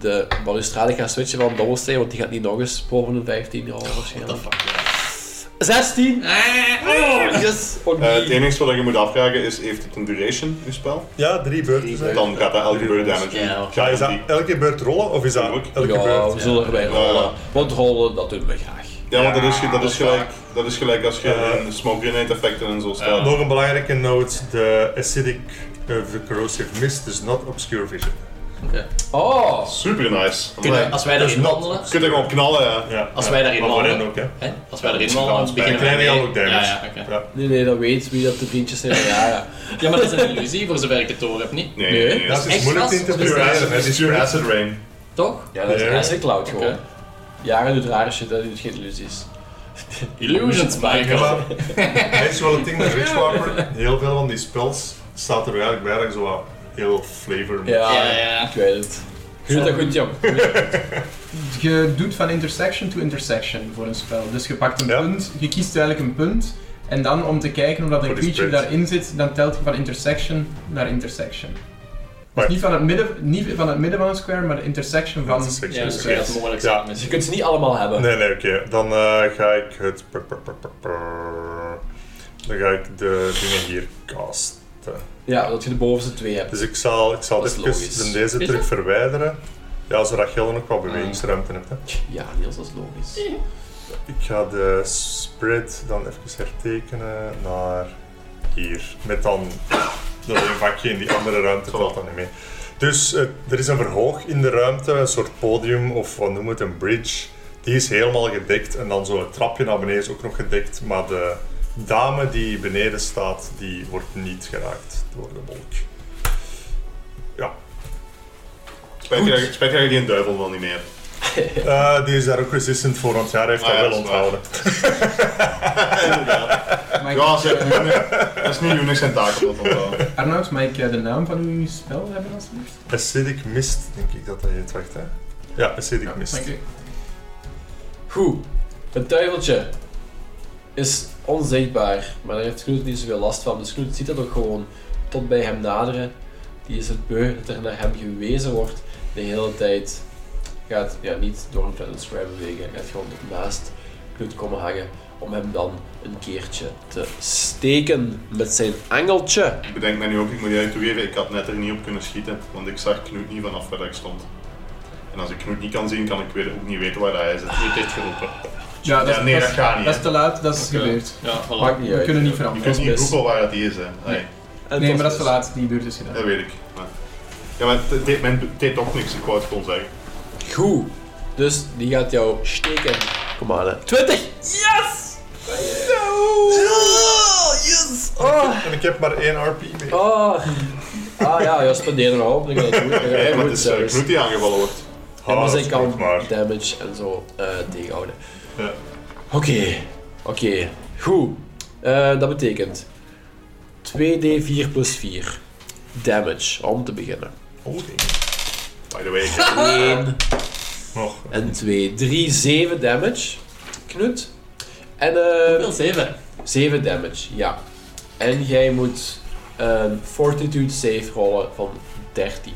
S1: de balustrade gaan switchen van dobbelsteen, want die gaat niet nog eens boven de 15 halen waarschijnlijk.
S3: Oh, What the fuck, Eh,
S1: 16!
S3: ja. Ah, oh.
S1: Yes! Ook
S4: Eh, het
S1: die.
S4: enige wat je moet afvragen is, heeft het een duration, uw spel?
S5: Ja, 3 beurten
S3: Drie
S5: zijn.
S4: Dan gaat dat elke beurt damage doen.
S3: Ja.
S5: Ja, is dat
S4: die-
S5: elke beurt rollen of is dat elke
S1: Ja, we
S5: beurt?
S1: zullen erbij rollen.
S4: Ja.
S1: Want rollen, dat doen we graag.
S4: Ja, want dat is, ge- Ah, dat
S3: dat
S4: is,
S3: is
S4: gelijk, dat is gelijk als je
S5: Eh,
S4: een smoke grenade effecten en zo staat.
S5: Nog een belangrijke note, de acidic eh, the corrosive mist does not obscure vision.
S1: Oh!
S4: Super nice.
S3: Kunnen we-
S4: Amai.
S3: Als wij daarin
S5: Dat is
S3: wandelen,
S4: Je kunt er gewoon op knallen, ja.
S5: Ja,
S3: Als
S5: ja.
S3: wij daarin
S5: Maar voor
S3: wandelen.
S5: hen ook hè.
S3: hè, als wij erin
S5: Dat kan
S3: wandelen,
S5: ons
S3: beginnen we
S5: bij. Kleine dus.
S3: mee.
S5: ook damage.
S3: Ja, ja, oké.
S5: Ja.
S1: Nee, nee, dat weet wie dat de vriendjes zijn. Ja, ja.
S3: ja, maar dat is een illusie voor zover ik het door heb, niet?
S4: Nee, nee, nee.
S5: Dat is
S3: Extra's?
S5: moeilijk te
S3: Dus dat is-
S5: interpreteren. hè.
S4: Het is pure acid rain.
S3: Toch?
S1: Ja, dat is
S5: Ja.
S1: classic cloud gewoon.
S3: Oké.
S1: Jaren doet rare shit, dat doet geen illusies. (laughs)
S3: Illusions, Michael.
S5: Ja, maar Dat is wel een ding met Rich Warper. Heel veel van die spells staat er eigenlijk bij dat je zo wat heel flavor moet.
S1: Ja,
S3: Ja, ja.
S1: ik weet het. Je doet dat goed, Jan.
S2: Je doet van intersection to intersection voor een spel. Dus je pakt een
S5: Ja.
S2: punt, je kiest eigenlijk een punt. En dan om te kijken of dat een
S5: Voor die
S2: creature
S5: spread.
S2: daarin zit, dan telt je van intersection naar intersection. Dus
S5: Maar-
S2: niet van, het midden, niet van het midden van een square, maar de intersection van...
S3: Ja,
S5: Intersection,
S3: dat
S5: oké.
S3: zou dat mogelijk
S5: Ja.
S3: zijn.
S1: Dus je kunt ze niet allemaal hebben.
S5: Nee, nee, oké. Dan eh, ga ik het... pr- pr- pr- pr- pr- Dan ga ik de dingen hier casten.
S1: Ja, dat je de bovenste twee hebt.
S5: Dus ik zal, ik zal
S1: Dat is Ah.
S5: even
S1: logisch.
S5: deze
S3: Is
S5: terug
S3: dat?
S5: verwijderen. Ja, zodat Gel nog wat bewegingsruimte hebt. Hè.
S1: Ja, Niels, dat is logisch.
S5: Ik ga de spread dan even hertekenen naar hier. Met dan dat ene vakje in die andere ruimte valt dan niet mee. Dus eh, er is een verhoog in de ruimte, een soort podium of wat noemen we het, een bridge. Die is helemaal gedekt en dan zo het trapje naar beneden is ook nog gedekt. Maar de dame die beneden staat, die wordt niet geraakt door de wolk. Ja,
S4: Spijt dat je- spijt dat je die een duivel wel niet (laughs) meer hebt.
S5: Eh, die is daar ook resistent voor, want ja, hij heeft
S4: Ah,
S5: dat
S4: ja,
S5: wel
S4: dat is waar.
S5: onthouden.
S2: Mag ik-
S4: Ja, ze dat is niet Unix en taken dat wel.
S2: Arnoud, mag ik eh, de naam van uw spel hebben alsjeblieft?
S5: Acidic Mist, denk ik dat dat heet, wacht hè. Ja, Acidic Mist.
S2: Dank u.
S1: Goed. Het duiveltje is onzichtbaar, maar daar heeft Snoet niet zoveel last van. Dus Snoet ziet dat ook gewoon tot bij hem naderen. Die is het beu dat er naar hem gewezen wordt de hele tijd. Gaat ja, niet door een Flatland Square bewegen, hij gaat gewoon tot naast Snoet komen hangen om hem dan een keertje te steken met zijn engeltje.
S4: Ik bedenk mij nu ook, ik moet jij toegeven, ik had net er niet op kunnen schieten, want ik zag Knut niet vanaf waar ik stond. En als ik Knut niet kan zien, kan ik weer, ook niet weten waar hij zit.
S3: Niet echt geroepen.
S2: Ja, dat, is-
S4: Ja, nee, dat
S2: is-
S4: gaat niet,
S2: Dat
S4: hè.
S2: is te laat, dat is
S4: Oké.
S2: gebeurd.
S3: Ja, voilà.
S1: Maakt niet
S2: We
S1: uit.
S2: kunnen niet
S4: Je
S2: veranderen.
S4: kunt niet
S1: mis.
S4: roepen waar dat die is, hè. Allee,
S1: En
S2: Nee,
S1: tot
S2: maar dat is
S1: dus.
S2: te laat, die beurt is gedaan.
S4: Dat weet ik. Maar- Ja, maar het deed, mijn, het deed toch niks, ik wou het gewoon zeggen.
S1: Goed. Dus die gaat jou steken. Kom aan, hè. 20! Yes! Oh, yes! Oh,
S5: En ik heb maar één RP mee.
S1: oh. Ah ja, ja, spendeer er nou op. Dan gaat het goed. Dan gaat
S4: Nee,
S1: het
S4: maar
S1: goed
S4: het is eh,
S1: zelfs.
S4: Knut die aangevallen wordt.
S1: En
S5: Ah,
S1: maar
S5: dat
S1: zij
S5: is
S1: kan
S5: goed, maar.
S1: damage en zo eh, tegenhouden.
S5: Ja.
S1: Oké, oké. Goed. Eh, dat betekent 2d4 plus 4 damage om te beginnen.
S5: Oh, ding.
S4: By the way, ik
S1: 1
S5: Nog.
S1: en 2, 3, 7 damage. Knut. En eh
S3: Hoeveel 7?
S1: 7 damage, ja. En jij moet een fortitude save rollen van 13.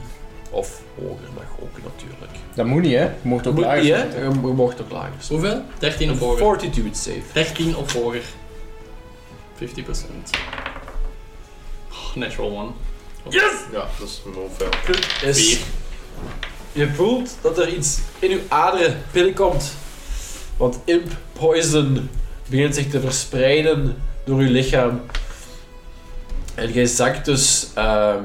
S1: Of hoger mag ook natuurlijk.
S2: Dat moet niet, hè? Je mocht ook
S1: Moet
S2: lager
S1: niet,
S2: zetten.
S1: hè? Je mocht ook lager. zijn.
S3: Hoeveel? 13 of
S1: Een
S3: hoger.
S1: fortitude save.
S3: 13 of hoger. 50%. Oh, natural one.
S4: Ja, dat is een hoofd.
S1: Is
S3: Vier.
S1: Dus Je voelt dat er iets in uw aderen binnenkomt. Want imp poison begint zich te verspreiden door uw lichaam. En jij zakt dus ehm,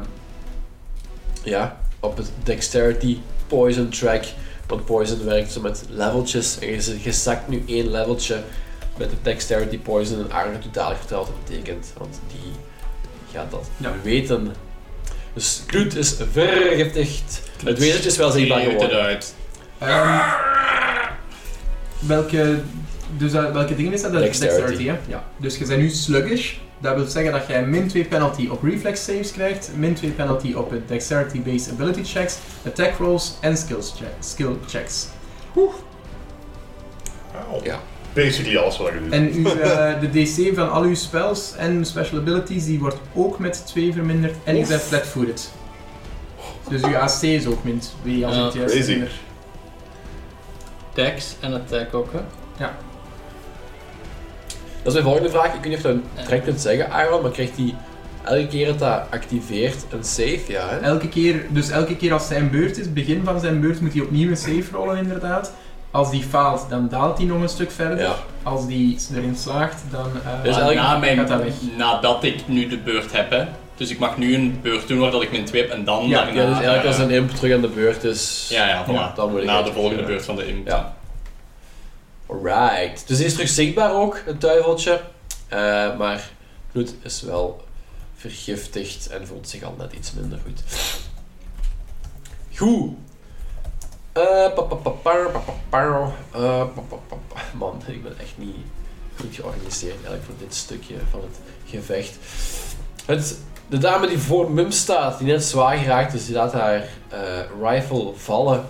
S1: ja, op het dexterity poison track. Want poison werkt zo met leveltjes. En je, z- je zakt nu één leveltje met de dexterity poison. En aardig totaal verteld wat dat betekent. Want die gaat dat
S2: Ja.
S1: weten. Dus Knut is vergiftigd. Het weertje is wel zichtbaar
S3: Die moet
S1: geworden.
S3: eruit.
S2: Ehm, welke, dus dat- welke dingen is dat? Dat is
S1: Dexterity.
S2: hè? Ja. Dus je bent nu sluggish. Dat wil zeggen dat jij min 2 penalty op reflex saves krijgt, min 2 penalty op het dexterity-based ability checks, attack rolls en skills che- skill checks.
S5: Auw.
S4: Basically alles wat ik doe.
S2: En uw, eh, de DC van al uw spells en special abilities die wordt ook met 2 verminderd en je bent flat-footed. Dus uw AC is ook min 2 als
S3: Ja,
S2: ik het juist
S4: crazy.
S2: herinner.
S3: Dex en eh, attack ook, hè?
S1: Dat is mijn volgende vraag. Ik weet niet of je dat direct kunt zeggen, Aaron, maar krijgt hij elke keer dat dat activeert een save? Ja, hè?
S2: Elke keer, dus elke keer als zijn beurt is, begin van zijn beurt, moet hij opnieuw een save rollen inderdaad. Als die faalt, dan daalt hij nog een stuk verder.
S1: Ja.
S2: Als die erin slaagt, dan... eh,
S1: Dus
S3: Maar
S1: elke-
S3: Ah, na mijn,
S2: gaat dat weg.
S3: nadat ik nu de beurt heb, hè. Dus ik mag nu een beurt doen waar dat ik min 2 heb en
S2: Ja,
S3: dan
S1: Ja,
S3: daarna...
S1: dus eigenlijk als een imp terug aan de beurt is.
S3: Ja, ja, voilà.
S1: dan moet ik
S3: Na
S1: het
S3: de volgende
S1: doen,
S3: beurt van de imp.
S1: Ja. Alright. Dus die is terug zichtbaar ook, het duiveltje. Eh, maar bloed is wel vergiftigd en voelt zich al net iets minder goed. Goed. Eh, pa, pa, pa, par, pa, pa, par, eh, pa, pa, pa, pa. Man, ik ben echt niet goed georganiseerd eigenlijk voor dit stukje van het gevecht. Het, de dame die voor Mum staat, die net zwaar geraakt is, die laat haar eh, rifle vallen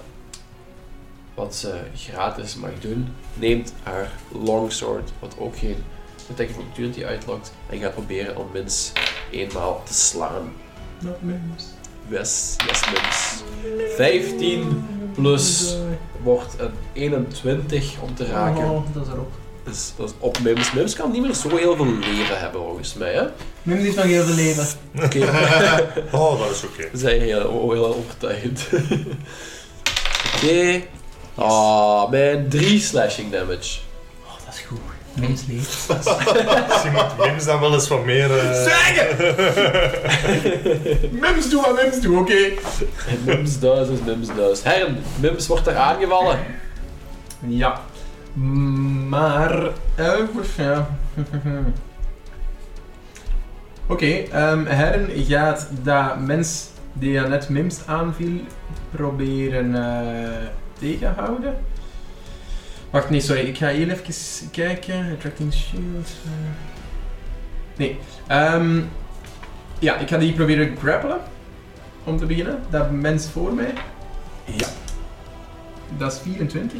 S1: wat ze gratis mag doen, neemt haar longsword, wat ook geen attack of opportunity uitlokt, en gaat proberen om Mins eenmaal te slaan.
S2: Not memes.
S1: Yes, yes Mins. 15 plus wordt een 21 om te raken.
S2: Oh, dat is erop.
S1: Dus dat is op Mims. Mims kan niet meer zo heel veel leven hebben volgens mij. Hè?
S2: Mim heeft nog heel veel leven.
S1: Oké,
S5: Oh, dat is oké.
S1: we zijn heel, oh, heel overtuigend. (laughs) Oké. Ah, mijn 3 slashing damage.
S2: Oh, dat is goed. Mims leeft.
S5: Misschien moet Mims dan wel eens wat meer... eh,
S2: (laughs) Mims doe wat Mims doe, oké?
S1: En (laughs) Mims duis is Mims duis. Hern, Mims wordt er aangevallen.
S2: Ja. Maar... eh, ja. (laughs) Oké, ehm, Herren gaat dat mens die dat net Mims aanviel proberen eh tegenhouden. Wacht, nee, sorry. Ik ga heel even kijken. Attracting shield. eh. Nee. Ehm, ja, ik ga die proberen grappelen. Om te beginnen. Dat mens voor mij.
S1: Ja.
S2: Dat is 24.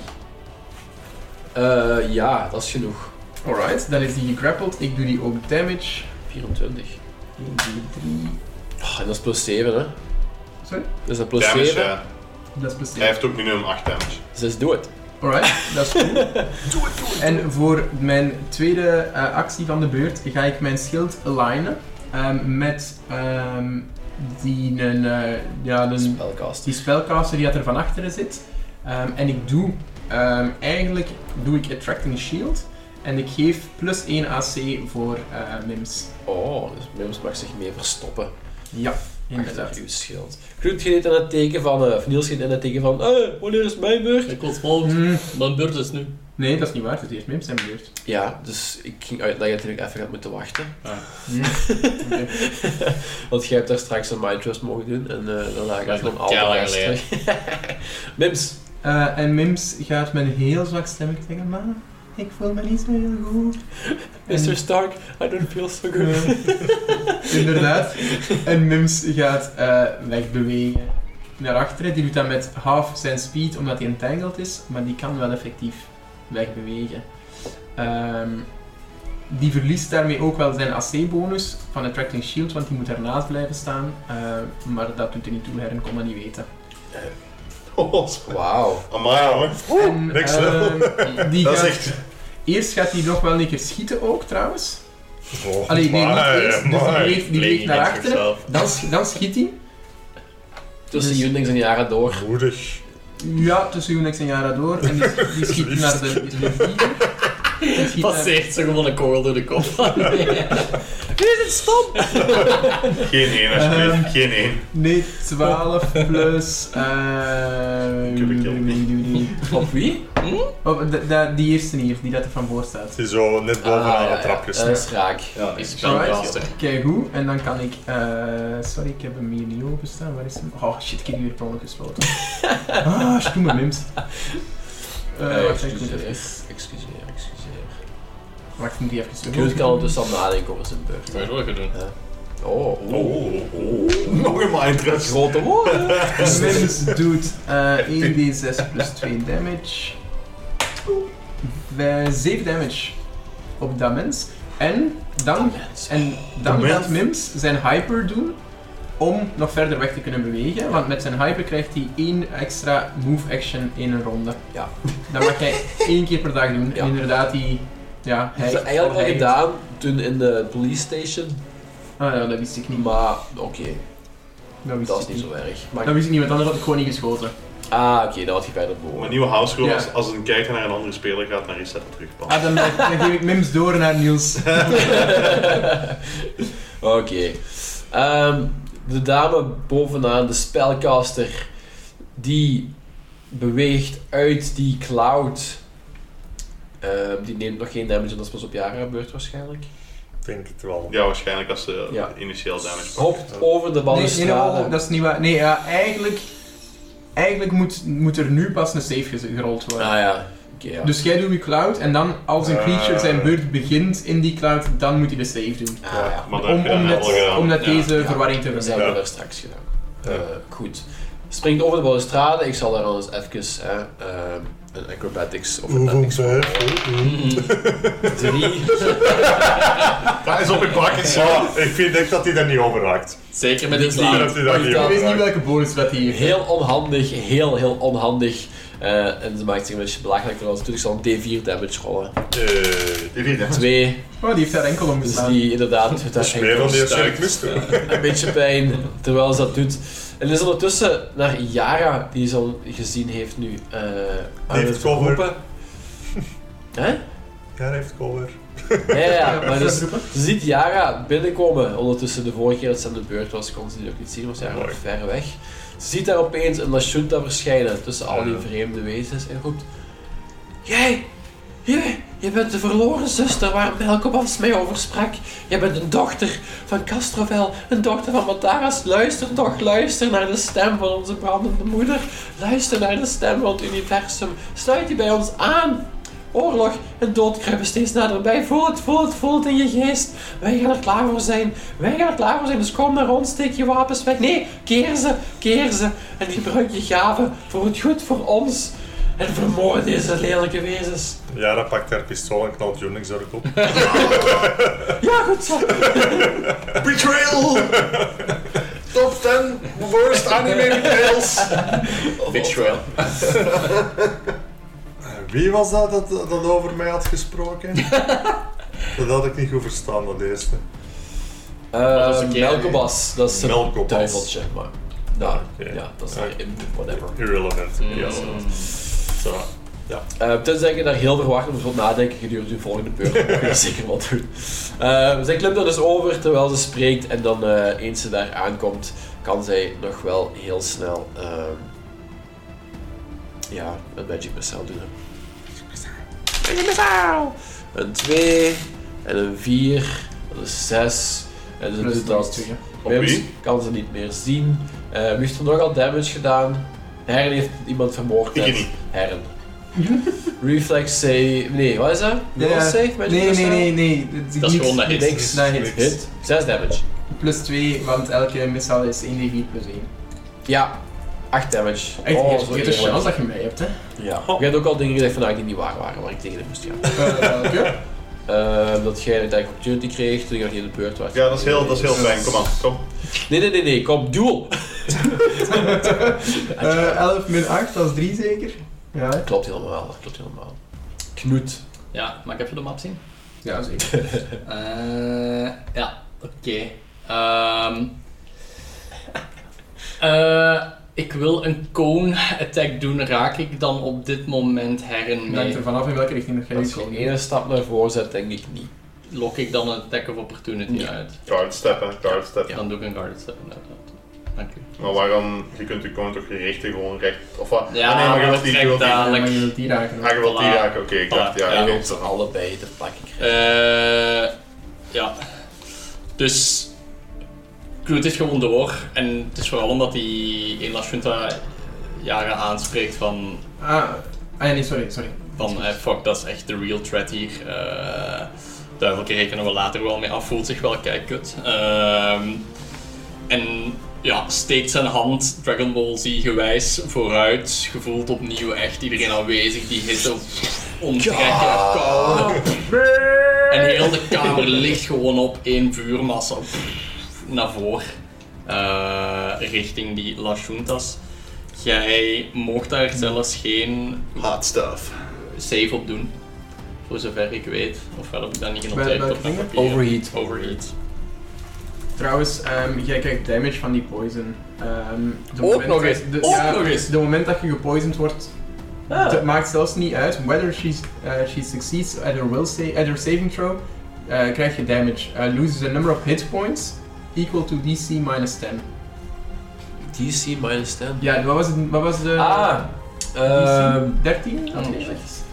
S1: Eh, ja, dat is genoeg.
S2: Alright, dan is die gegrappeld. Ik doe die ook damage.
S1: 24.
S2: 1, 2, 3.
S1: Ah, en dat is plus 7, hè?
S2: Sorry?
S1: Dus dat plus
S4: damage,
S1: 7.
S4: ja.
S2: Dat is plus
S4: Hij
S2: 7.
S4: heeft ook minimum 8 damage.
S1: Dus doe het.
S2: Alright, dat is goed. En voor mijn tweede eh, actie van de beurt ga ik mijn schild alignen ehm, met ehm, die, een, eh, ja, een,
S1: Spelcast.
S2: die spelcaster die dat er van achteren zit. Ehm, en ik doe ehm, eigenlijk doe ik attracting shield. En ik geef plus 1 AC voor eh, Mims.
S1: Oh, dus Mims mag zich mee verstoppen.
S2: Ja,
S1: Achter uw schild. Groet geeft aan het teken van, eh, of Niels geeft aan het teken van, eh, wanneer is mijn beurt?
S3: Ik was volgens.
S2: Mm,
S3: Mijn beurt is nu.
S2: nee, dat is niet waar. Het is eerst Mims zijn beurt.
S1: Ja, dus ik ging uit dat je natuurlijk even gaat moeten wachten.
S2: Oké.
S1: (laughs) Want jij hebt daar straks een mind trust mogen doen en eh, daarna gaat
S3: is
S1: gewoon
S3: nog
S1: al de
S3: keihard
S1: rest
S3: geleden.
S1: terug. (laughs) Mims,
S2: Eh, en Mims gaat met een heel zwak stem zeggen, maar ik voel me niet zo heel goed.
S1: Mr. Stark, I don't feel so
S2: En-
S1: good.
S2: Eh, inderdaad. En Mims gaat eh, wegbewegen naar achteren. Die doet dat met half zijn speed, omdat hij entangled is, maar die kan wel effectief wegbewegen. Ehm, die verliest daarmee ook wel zijn AC-bonus van Attracting Shield, want die moet ernaast blijven staan. Eh, maar dat doet er niet toe, Herren kon dat niet weten.
S4: Oh,
S1: Wauw.
S4: amai hoor.
S2: En,
S5: niks,
S2: ehm, die
S4: Dat is
S2: gaat-
S4: echt...
S2: Eerst gaat hij nog wel een keer schieten ook, trouwens.
S5: Oh,
S2: Allee, nee, niet
S5: maar,
S2: eerst. Dus die
S5: maar.
S2: bleef, die
S3: Leek
S2: bleef
S3: niet
S2: naar
S3: met
S2: achteren.
S3: zichzelf.
S2: Dan, sch- dan schiet hij.
S1: Tussen Jundings en Jaren door.
S5: Moedig.
S2: Ja, tussen Unix en Yara door. En die, die schiet naar de die rivier. Die schiet naar-
S3: (laughs) Passeert ze gewoon een kogel door de (laughs) kop.
S4: Geen één, alsjeblieft.
S2: Ehm.
S4: Geen één.
S2: Nee, 12 plus. eh
S4: Cubic kill.
S1: Op wie?
S2: Oh, de- de- die eerste hier, die dat er van voor staat.
S5: Die zo net bovenaan
S1: Ah, ja,
S5: het trapje
S1: ja, Dat
S5: staat.
S1: is raak.
S3: Ja, is
S2: Alright,
S3: spellcaster.
S2: kijk hoe. En dan kan ik. eh, sorry, ik heb hem hier niet openstaan. Waar is hem? Oh shit, ik heb hier per ongeluk gesloten. ah, stoem me mims. Eh,
S1: Eh,
S2: wacht, ik moet
S1: Excuseer,
S2: even.
S1: excuseer, excuseer.
S2: Wacht, ik moet die even.
S1: Knut kan ondertussen al dus- nadenken over zijn beurt.
S3: Dat moet je wel goed doen.
S1: Oh, oeh.
S4: Oh, oh. Nog een mindtrap.
S1: Grote (laughs) woorden.
S2: Mims doet eh, 1d6 plus 2 damage. Eh, 7 damage op dat mens. En dan, en dan
S4: Dat
S2: gaat
S4: mens.
S2: Mims zijn hyper doen om nog verder weg te kunnen bewegen. Want met zijn hyper krijgt hij één extra move action in een ronde.
S1: Ja.
S2: Dat
S1: (laughs)
S2: mag hij één keer per dag doen.
S1: Ja.
S2: En inderdaad, die. Ja,
S1: Dat
S2: hij. oh,
S1: is eigenlijk al
S2: hij-
S1: gedaan toen in de police station.
S2: Ah ja, dat wist ik niet.
S1: Maar oké,
S2: Dat wist,
S1: dat is
S2: ik
S1: niet
S2: niet.
S1: zo erg.
S2: Dat
S1: Maar,
S2: wist ik niet, want anders had ik gewoon niet geschoten.
S1: ah, oké, dat had je verder
S4: Mijn
S1: behoorlijk.
S4: nieuwe house rule,
S2: Ja.
S4: als, als een kijker naar een andere speler gaat, naar reset het
S1: Oh.
S4: terugpassen.
S2: Ah, dan,
S1: (laughs)
S2: dan geef ik Mims door naar Niels.
S1: (laughs) Oké. Ehm, de dame bovenaan, de spellcaster, die beweegt uit die cloud. Ehm, die neemt nog geen damage, en dat is pas op jaren gebeurd waarschijnlijk.
S5: Ik denk het wel.
S4: Ja, waarschijnlijk als ze
S1: Ja.
S4: initieel damage pakken.
S1: Hopt over de
S2: Nee, nee, nee,
S1: balustrade.
S2: dat is niet waar. Nee, ja, eigenlijk, eigenlijk moet, moet er nu pas een save gez- gerold worden.
S1: Ah ja, oké. ja.
S2: Dus jij doet je cloud en dan als
S4: Eh.
S2: een creature zijn beurt begint in die cloud, dan moet hij de save doen.
S1: Ah, ja.
S4: Maar dat
S2: Om,
S4: heb je dan
S2: om net,
S4: wel gedaan.
S2: om net
S4: Ja.
S2: deze
S1: Ja.
S2: verwarring te
S1: Dat
S2: vermijden.
S1: hebben we
S5: Ja.
S1: daar straks gedaan.
S5: Ja.
S1: Eh, goed. Springt over de balustrade. Ik zal daar al eens even hè, eh, een acrobatics of
S5: (laughs)
S1: een
S5: Hoeveel
S1: athletics voor
S5: vijf?
S3: Hm,
S1: Drie.
S4: Dat is op je bakjes.
S5: (laughs) Ja, ik vind echt dat hij daar niet over raakt.
S3: Zeker met
S1: Dit
S3: dit
S1: is
S5: Ik
S1: waar.
S3: laag.
S5: vind dat hij daar niet
S2: Ik
S5: over
S2: weet niet
S5: raakt.
S2: welke bonus dat hij heeft.
S1: Heel onhandig. Heel, heel onhandig. Eh, en ze maakt zich een beetje belachelijk trouwens. Dus ik zal een D4 damage rollen.
S5: Eh,
S4: Die vier, hè.
S1: Twee.
S2: Oh, die heeft daar enkel om
S1: Dus
S2: gestaan.
S1: die inderdaad... Dat is
S5: Meer dan die
S3: stuikt.
S5: heeft mist doen.
S1: een beetje pijn terwijl ze dat doet. En is ondertussen naar Yara, die ze al gezien heeft nu. eh aan
S5: heeft
S1: het
S5: cover.
S1: roepen. Hè?
S5: Ja, hij heeft cover.
S1: Ja, ja, maar dus,
S2: Roepen.
S1: ze ziet Yara binnenkomen. Ondertussen, de vorige keer dat ze aan de beurt was, kon ze die ook niet zien, was Yara nog
S5: Mooi.
S1: ver weg. Ze ziet daar opeens een Lashunta verschijnen tussen al die
S5: Ja.
S1: vreemde wezens en roept... Jij! Jij! Je bent de verloren zuster waar Melkobans mee over sprak. Je bent een dochter van Castrovel, een dochter van Mataras. Luister toch, luister naar de stem van onze brandende moeder. Luister naar de stem van het universum. Sluit je bij ons aan. Oorlog en dood kruipen steeds naderbij. Voel het, voel het, voel het in je geest. Wij gaan er klaar voor zijn. Wij gaan er klaar voor zijn. Dus kom naar ons, steek je wapens weg. Nee, keer ze, keer ze. En gebruik je gaven voor het goed voor ons. En vermoord deze lelijke wezens.
S5: Jara pakt haar pistool en knalt Unix er ook op.
S1: Ja, goed zo.
S5: (laughs)
S4: Betrayal! Top 10 worst anime betrayals!
S3: Betrayal.
S5: Wie was dat, dat dat over mij had
S1: (laughs)
S5: gesproken? dat had ik niet goed verstaan, dat eerste.
S1: Eh,
S3: is een keer,
S1: Melkobas, dat is een
S5: Melkobas. Ah,
S1: duiveltje, maar... Nou,
S5: Oké.
S1: ja, dat is
S5: Ja.
S1: een whatever.
S5: Irrelevant.
S3: Mm.
S5: Ja, zo. Zo.
S1: Eh tenzij je daar heel verwacht om zult nadenken gedurende je volgende
S5: (laughs)
S1: beurt, dan kun je zeker wat doen. Eh, zij klimt er dus over terwijl ze spreekt en dan eh, eens ze daar aankomt, kan zij nog wel heel snel ehm, ja, een Magic Missile doen. hè. Magic Missile! Een 2 en een 4, dat is 6. En ze doet
S2: Plus die dus is
S1: dat.
S2: twee, hè.
S4: Op
S1: Wims
S4: wie?
S1: kan ze niet meer zien. Eh wie heeft er nogal damage gedaan? Herren heeft iemand vermoord.
S4: Ik
S1: net.
S4: niet.
S1: Herren. (laughs) Reflex save. Nee, wat is dat?
S2: Ja,
S1: Roll save? Magic
S2: eh, Nee, nee,
S1: missile?
S2: nee, nee. is
S3: Dat is
S2: niet-
S3: gewoon dat
S1: Ik
S3: hit.
S1: denk
S2: niks. Dat hit.
S1: Hit. 6 damage.
S2: Plus 2, want elke missal is 1d4 plus 1.
S1: Ja, 8 damage.
S2: Echt,
S1: Oh, zo
S2: je hebt- je hebt de
S1: eerlijk.
S2: chance Oh, dat je mij hebt, (laughs) hè.
S1: Ja.
S4: Oh.
S1: Je hebt ook al dingen gezegd vandaag die niet waar waren, waar ik tegen hem moest gaan.
S2: Eh, welke? (laughs)
S1: Ehm, dat jij uiteindelijk opportunity kreeg toen je nog niet in de beurt was.
S4: Ja, dat is heel, dat is heel fijn. Kom aan, kom.
S1: Nee, nee, nee, nee, kom, duel!
S2: Eh, 11 min 8, dat is 3 zeker? Ja,
S1: Klopt helemaal, klopt helemaal. Knoet.
S3: Ja, maar ik heb je de map zien?
S2: ja zeker.
S3: Eh, ja, oké. Ehm, (laughs) eh, Ik wil een cone attack doen. Raak ik dan op dit moment her en
S2: Het hangt
S3: mee?
S2: er vanaf in welke richting dat jij
S1: Als je
S2: komt.
S1: één stap naar voren zet, denk ik niet.
S3: Lok ik dan een attack of opportunity
S1: Ja.
S3: uit?
S4: Guard step, hè. Guard step.
S3: Dan doe ik een guard step inderdaad. Dank u.
S4: Maar waarom? Je kunt je gewoon toch je richten, gewoon recht. Of wat?
S3: Ja,
S4: Ah, nee, maar je
S3: maar
S4: wilt die, je wilt die,
S3: recht
S4: ah,
S2: Ja, maar je wilt
S3: dadelijk.
S2: die raken.
S4: je wilt die
S3: Voilà.
S4: raken. Oké, ik dacht, ja,
S3: Ja,
S4: ik
S1: Ja,
S4: weet
S1: ze
S4: het.
S1: allebei te pakken krijgen.
S3: Eh ja. Dus Groot is gewoon door. En het is vooral omdat die Elas Junta jaren aanspreekt van,
S2: Ah, ah, ja, nee, sorry, sorry.
S3: van eh, fuck, dat is echt de real threat hier. Eh duivel rekenen we later wel mee af, voelt zich wel kijk kut. Ehm, en ja, steekt zijn hand, Dragon Ball Z gewijs, vooruit. Gevoeld opnieuw echt iedereen aanwezig, die hitte onttrekken. kou. En heel de kamer ligt gewoon op één vuurmassa pff, naar voren. eh, richting die Las Juntas. Jij mocht daar zelfs geen
S4: Hot stuff.
S3: save op doen. Voor zover ik weet. Ofwel heb ik dat niet
S2: Bij-
S3: genoteerd
S2: bij
S3: op mijn
S2: dingen?
S3: papier.
S1: Overheat.
S3: Overheat.
S2: Trouwens, ehm, jij krijgt damage van die poison. Ehm, de
S3: Ook
S2: moment
S3: nog
S2: dat-
S3: eens,
S2: de-
S3: ook
S2: ja,
S3: nog eens. Ah.
S2: De moment dat je gepoisoned wordt,
S1: Ah.
S2: het maakt zelfs niet uit. Whether she's, eh, she succeeds at her, will sa- at her saving throw, eh, krijg je damage. Eh, loses a number of hit points equal to DC minus 10.
S1: DC minus 10.
S2: Ja, wat was, het, wat was de...
S1: Ah, ehm,
S2: DC 13? had je
S3: oh.
S2: gezegd?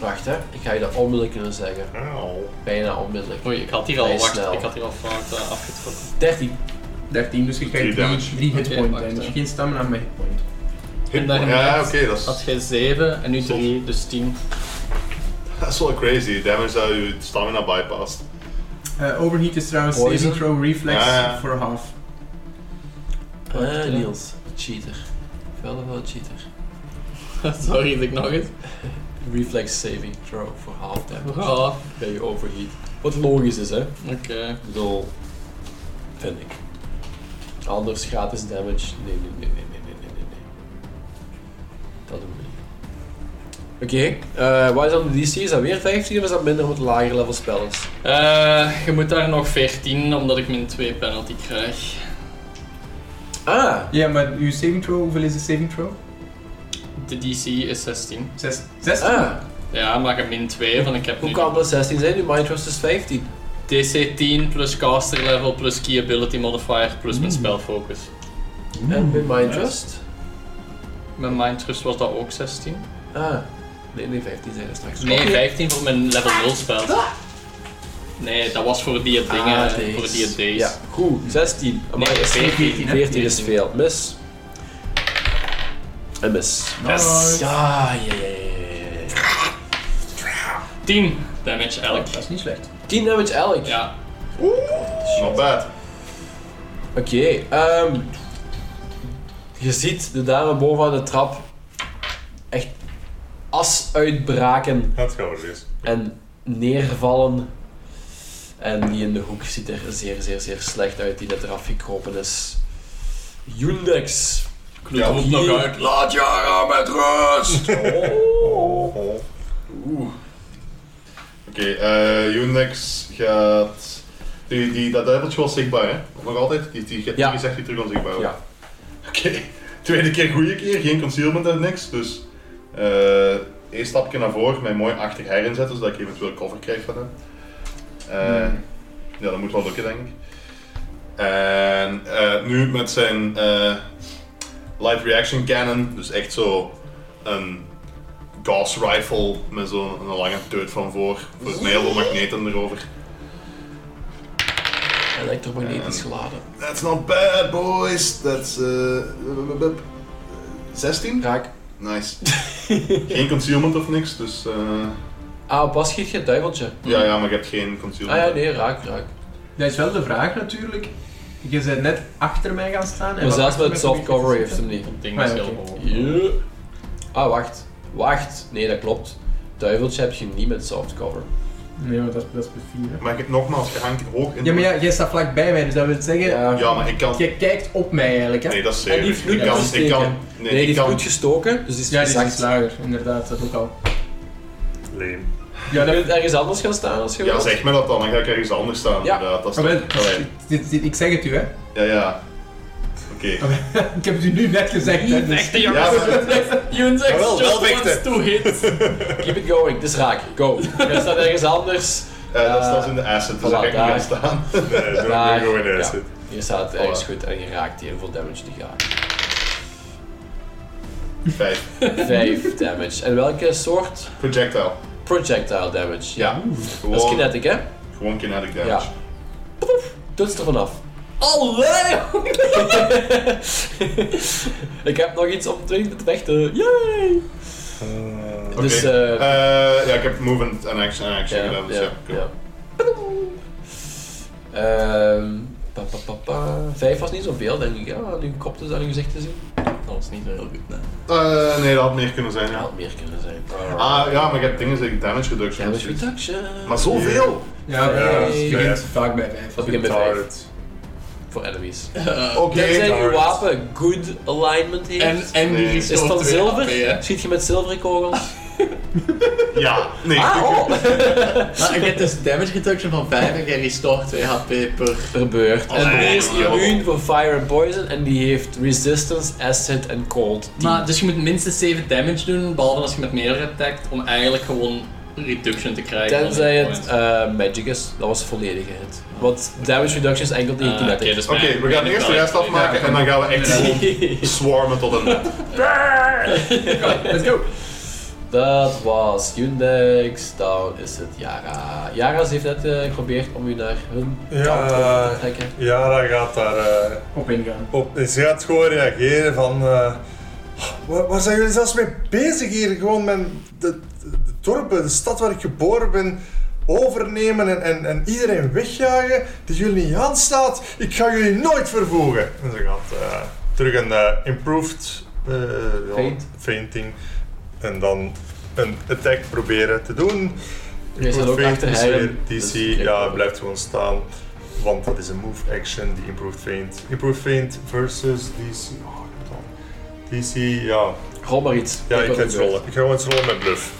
S1: wacht hè. Ik ga je dat onmiddellijk kunnen zeggen.
S4: Auw.
S1: Bijna onmiddellijk.
S3: Oei, ik had hier al
S1: Heel
S3: wacht.
S1: snel.
S3: Ik had hier al fout eh, afgetrokken.
S1: 13.
S2: 13, dus je krijgt 3
S4: Drie damage.
S2: drie
S3: Oké,
S2: hit point
S3: wacht,
S2: damage.
S3: hè.
S2: Geen stamina, maar hit point.
S3: En
S4: Ja, ja, oké, dat, is-
S3: Had jij 7 en nu 3, dus 10.
S4: dat is wel crazy. Damage dat je stamina bypast.
S2: Eh, overheat is trouwens
S1: Poison?
S2: saving throw reflex
S4: Ja, ja.
S2: voor half.
S1: Eh, Niels. Cheater. Wel wel cheater.
S3: (laughs) Sorry dat ik nog eens.
S1: Reflex saving throw voor half damage.
S3: Ah,
S1: Bij je overheat. Wat logisch is hè.
S3: oké.
S1: Ik bedoel, vind ik. Anders gratis damage. Nee, nee, nee, nee, nee, nee, nee, nee. nee. Dat doen we niet. Oké, eh, wat is dan de DC? Is dat weer 15 of is dat minder omdat het lager level spel is?
S3: Eh, je moet daar nog 14, omdat ik min 2 penalty krijg.
S1: Ah,
S2: Ja, maar uw saving throw, hoeveel is de saving throw?
S3: De DC is 16.
S2: Zes, 16?
S1: ah.
S3: Ja, maar je min 2, want ik heb
S1: Hoe
S3: nu
S1: kan dat 16 zijn? Die mind Trust is 15.
S3: DC 10 plus caster level plus key ability modifier plus mijn spelfocus.
S1: En bij mind
S3: Ja.
S1: Trust?
S3: Mijn mind trust was dat ook 16.
S1: Ah. Nee, nee, 15 zijn er straks.
S3: Nee,
S1: Oké.
S3: 15 voor mijn level 0 spel. Nee, dat was voor die dingen,
S1: Ah,
S3: eh, voor die days.
S1: Ja, goed. 16. Amai,
S3: Nee,
S1: is
S3: 14, hè?
S1: 14 is
S3: 14.
S1: veel. Mis. En mis.
S2: Nice.
S1: Ja, ja, ja, ja, ja.
S3: 10 damage elk.
S2: Dat is niet slecht.
S1: 10 damage elk.
S3: Ja,
S4: Not bad.
S1: Oké, ehm, je ziet de dame bovenaan de trap echt as uitbraken
S5: Dat gaan we dus.
S1: en neervallen. En die in de hoek ziet er zeer, zeer, zeer slecht uit, die net eraf gekropen is. Yundex.
S3: klopt
S4: Ja,
S3: roept
S1: hier.
S3: nog uit.
S4: Laat Jara met
S1: (laughs)
S4: rust!
S5: Oh, oh.
S4: Oeh. Oké, eh Unix gaat. Die, die, dat duiveltje was zichtbaar, hè? Nog altijd? Die, die, die,
S1: Ja.
S4: is echt weer terug onzichtbaar. wordt.
S1: Ja.
S4: Oké, tweede keer goede keer, geen concealment en niks. Dus eh één stapje naar voren, mij mooi achter haar inzetten, zodat ik eventueel cover krijg van hem. Eh, Ja, dat moet wel lukken, denk ik. En eh, nu met zijn eh, live reaction cannon, dus echt zo een Gauss rifle met zo'n een lange teut van voor, voor mij heel veel magneten erover.
S1: Elektromagnetisch geladen.
S4: That's not bad, boys! That's eh, 16?
S1: Raak.
S4: Nice. (laughs) geen concealment of niks, dus. eh,
S1: Ah, op wat schiet je duiveltje?
S4: ja, ja, maar je hebt geen concealment.
S1: Ah ja, nee, raak, raak.
S2: Dat is wel de vraag natuurlijk. Je bent net achter mij gaan staan. en
S1: Maar
S2: wat
S1: zelfs
S2: achter
S1: met
S2: mij
S1: soft cover
S2: probeert
S1: heeft
S2: te
S1: hem niet.
S3: Dat ding is
S2: Ah, ja,
S3: heel
S2: oké.
S3: hoog.
S1: Ja. Ah, wacht. Wacht. Nee, dat klopt. Duiveltje heb je niet met softcover.
S2: zitten. Nee, maar dat is, dat is plus 4.
S4: Maar ik heb nogmaals, je hangt hoog in.
S2: Ja, maar ja, jij staat vlak bij mij, dus dat wil zeggen,
S4: Ja, maar ik kan.
S2: je kijkt op mij eigenlijk. Hè?
S4: Nee, dat
S1: En
S4: is zeker.
S1: die vloed
S4: ik kan,
S1: moet
S4: ik kan.
S1: steken. Nee,
S4: Nee,
S1: die
S4: ik
S1: is
S4: kan.
S1: goed gestoken, dus die is
S2: ja, die is
S1: gezakt.
S2: iets lager, inderdaad, dat ook al.
S5: Leem.
S2: Ja,
S1: Je
S2: dat,
S1: kunt ergens anders gaan staan als je
S4: Ja,
S1: wilt.
S4: zeg me dat dan, dan ga ik ergens anders staan.
S1: Ja. Ah,
S4: Inderdaad, dat is
S2: maar
S4: toch-
S2: wel,
S4: Allee.
S2: dit- dit- ik zeg het u, hè.
S4: Ja, ja. Oké,
S2: (laughs) Ik heb het u nu net gezegd. Hè, dus.
S3: Echte jongens.
S4: Ja, eh,
S3: Unix
S4: Jawel,
S3: just
S4: wel
S3: wants
S4: vechten.
S3: to
S4: (laughs)
S3: hit.
S1: Keep it going, dit is raak. Go. Jij staat ergens anders.
S4: Eh, dat
S1: Eh,
S4: staat in de asset, dus
S1: voilà,
S4: daar ga ik niet
S1: daar.
S4: aan staan. (laughs)
S5: Nee, doe
S1: Daar,
S5: maar gewoon in
S1: Eh, ja.
S5: acid.
S1: Je staat ergens goed en je raakt die en hoeveel damage die gaat.
S4: Vijf.
S1: 5 damage. En welke soort?
S4: Projectile.
S1: Projectile damage. Ja.
S4: Gewoon,
S1: Dat is kinetic, hè?
S4: Gewoon kinetic damage.
S1: Ja. Doet ze er vanaf. Allee! (laughs) ik heb nog iets om terug te vechten. Yay!
S5: Eh,
S4: Oké.
S1: Dus, eh,
S4: Eh, ja, ik heb movement en action en action
S1: Ja,
S4: gedaan, dus
S1: ja,
S4: ja. cool.
S1: ja. Ehm, pa, pa, pa, pa. Vijf was niet zoveel, denk ik. Ja, aan uw kop dus aan uw gezicht te zien.
S3: Dat was niet zo heel goed, nee.
S4: Eh, nee, dat had meer kunnen zijn,
S1: Ja,
S4: ja.
S1: had meer kunnen zijn.
S4: Ah, ja, maar ik heb dingen zeggen damage reduction.
S1: Damage
S4: of zoiets.
S1: reduction.
S4: Maar zoveel!
S2: Ja,
S1: Ja,
S2: het
S1: vijf.
S2: begint vaak bij vijf.
S1: Dat begint met vijf. Voor enemies.
S4: Oké.
S1: Tenzij uw
S5: alright.
S1: wapen good alignment
S3: En,
S1: heeft.
S3: en die
S4: Nee.
S3: is
S1: is het dan zilver?
S3: Ja,
S1: Schiet je met zilveren kogels?
S4: Ja, nee.
S1: Ah, oh! (laughs)
S3: maar je hebt dus damage reduction van 5 en je restore 2 HP per...
S1: per beurt.
S4: Oh,
S1: en die
S4: nee,
S1: is
S4: joh.
S1: immuun voor fire and poison en die heeft resistance, acid en cold.
S3: Maar, dus je moet minstens 7 damage doen, behalve als je met meerdere attackt, om eigenlijk gewoon reduction te krijgen. van
S1: Tenzij
S3: hit
S1: het
S3: points.
S1: eh, magic is, dat was volledige hit. Want damage reduction is enkel tegen
S3: Ah, oké,
S1: kinetic.
S3: dus
S4: Oké,
S3: mijn-
S4: we gaan eerst de rest afmaken
S2: Ja.
S4: en dan gaan we echt
S2: Ja.
S4: gewoon swarmen tot een net.
S2: Let's go!
S1: Dat was Yundex, down is het Yara. Yara's heeft net eh, geprobeerd om u naar hun
S5: Ja. eh,
S1: kant over te trekken.
S5: Yara gaat daar eh,
S2: Op ingaan.
S5: op. Ze gaat gewoon reageren van. eh, waar, waar zijn jullie zelfs mee bezig hier? Gewoon mijn. De, de, de dorpen, de stad waar ik geboren ben. Overnemen en, en, en iedereen wegjagen die jullie niet aanstaat. Ik ga jullie nooit vervoegen. En ze gaat eh, terug een eh, improved eh, ja,
S1: Feint.
S5: fainting. En dan een attack proberen te doen.
S1: Jij staat ook
S5: Improved
S1: achter
S5: faint
S1: Heilen,
S5: is
S1: dus
S5: weer DC,
S1: kijk
S5: ja,
S1: maar.
S5: blijft gewoon staan. Want dat is een move action, die Improved Feint. Improved Feint versus DC. Oh, ik heb het al. DC, ja.
S1: Rol maar iets.
S5: Ja,
S1: Kijk
S5: ik
S1: wat
S5: ga
S1: er
S5: iets
S1: gebeurt.
S5: rollen. Ik ga gewoon iets rollen met bluff.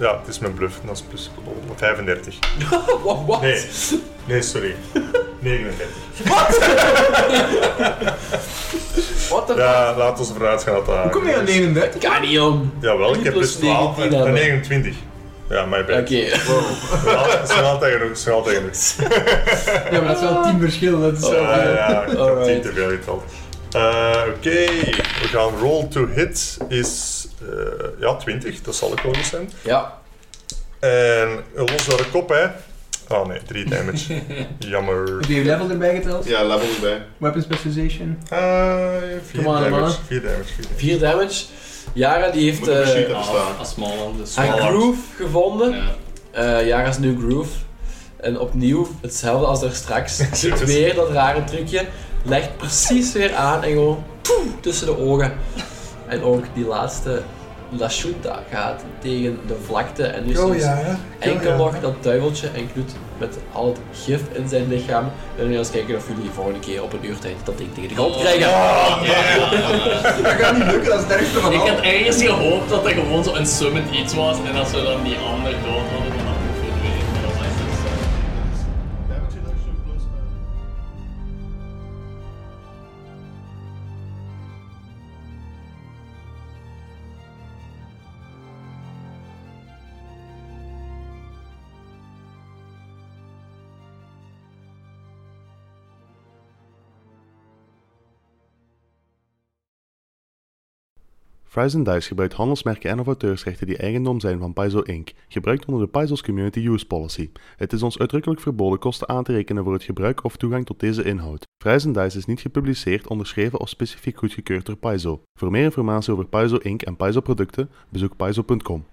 S5: Ja, het is mijn bluff. Dat is plus oh, 35.
S1: Wa- (laughs) Wat?
S5: Nee, nee,
S1: (laughs)
S5: sorry. 39.
S1: What the fuck?
S5: Ja, laat ons ervan gaan dat dat...
S2: Hoe kom je
S1: dus-
S2: aan 39?
S1: Kan niet om.
S5: Jawel, ik
S1: Niet
S5: heb
S1: plus
S5: plus 12 en
S1: 19
S5: en
S1: hebben.
S5: 29. Ja, my bad.
S1: Oké.
S5: Snel- Snel tegen genoeg, snel tegen genoeg.
S2: Ja, maar dat is wel 10 verschil. Dat is eh, wel-
S5: Ja, ja, ik heb
S1: Alright.
S5: tien te veel geteld. Eh, Oké, we gaan roll to hit is eh, ja, 20, dat zal ik ook eens zijn.
S1: Ja.
S5: En eh, los naar de kop, hè. Oh nee, 3 (laughs) damage. Jammer.
S2: Heb je je level erbij geteld?
S4: Ja, level erbij.
S2: Weapon specialization.
S5: 4
S2: Come on,
S5: Ah,
S2: mannen.
S5: damage, 4 damage, 4 damage.
S1: 4 damage. Yara die heeft
S4: Moet op een sheet
S1: eh
S4: hebben staan.
S3: Ja, Als smaller, dus...
S1: haar
S5: smaller.
S1: groove gevonden.
S3: Ja.
S1: Eh, Yara's new groove. En opnieuw, hetzelfde als daar
S5: (laughs)
S1: straks.
S5: Zit het.
S1: Weer dat rare trucje. Legt precies weer aan en gewoon poeh, tussen de ogen. En ook die laatste La Chunta gaat tegen de vlakte. En dus
S5: Go, Oh ja, hè.
S1: enkel nog dat duiveltje en Knut met al het gif in zijn lichaam. En we gaan eens kijken of jullie de volgende keer op een uurtijd dat ding tegen de grond krijgen.
S5: Ah,
S2: Dat gaat niet lukken, dat is het ergste van
S3: Ik
S2: al.
S3: had ergens gehoopt dat dat gewoon zo'n summit iets was en dat ze dan die ander dood hadden dan dat ik het weet. Maar dat was echt dus, eh,
S4: Damage reduction plus.
S6: Fries Dice gebruikt handelsmerken en of auteursrechten die eigendom zijn van Paizo Inc., gebruikt onder de Paizo's Community Use Policy. Het is ons uitdrukkelijk verboden kosten aan te rekenen voor het gebruik of toegang tot deze inhoud. Fries Dice is niet gepubliceerd, onderschreven of specifiek goedgekeurd door Paizo. Voor meer informatie over Paizo Inc. en Paizo producten, bezoek paizo.com.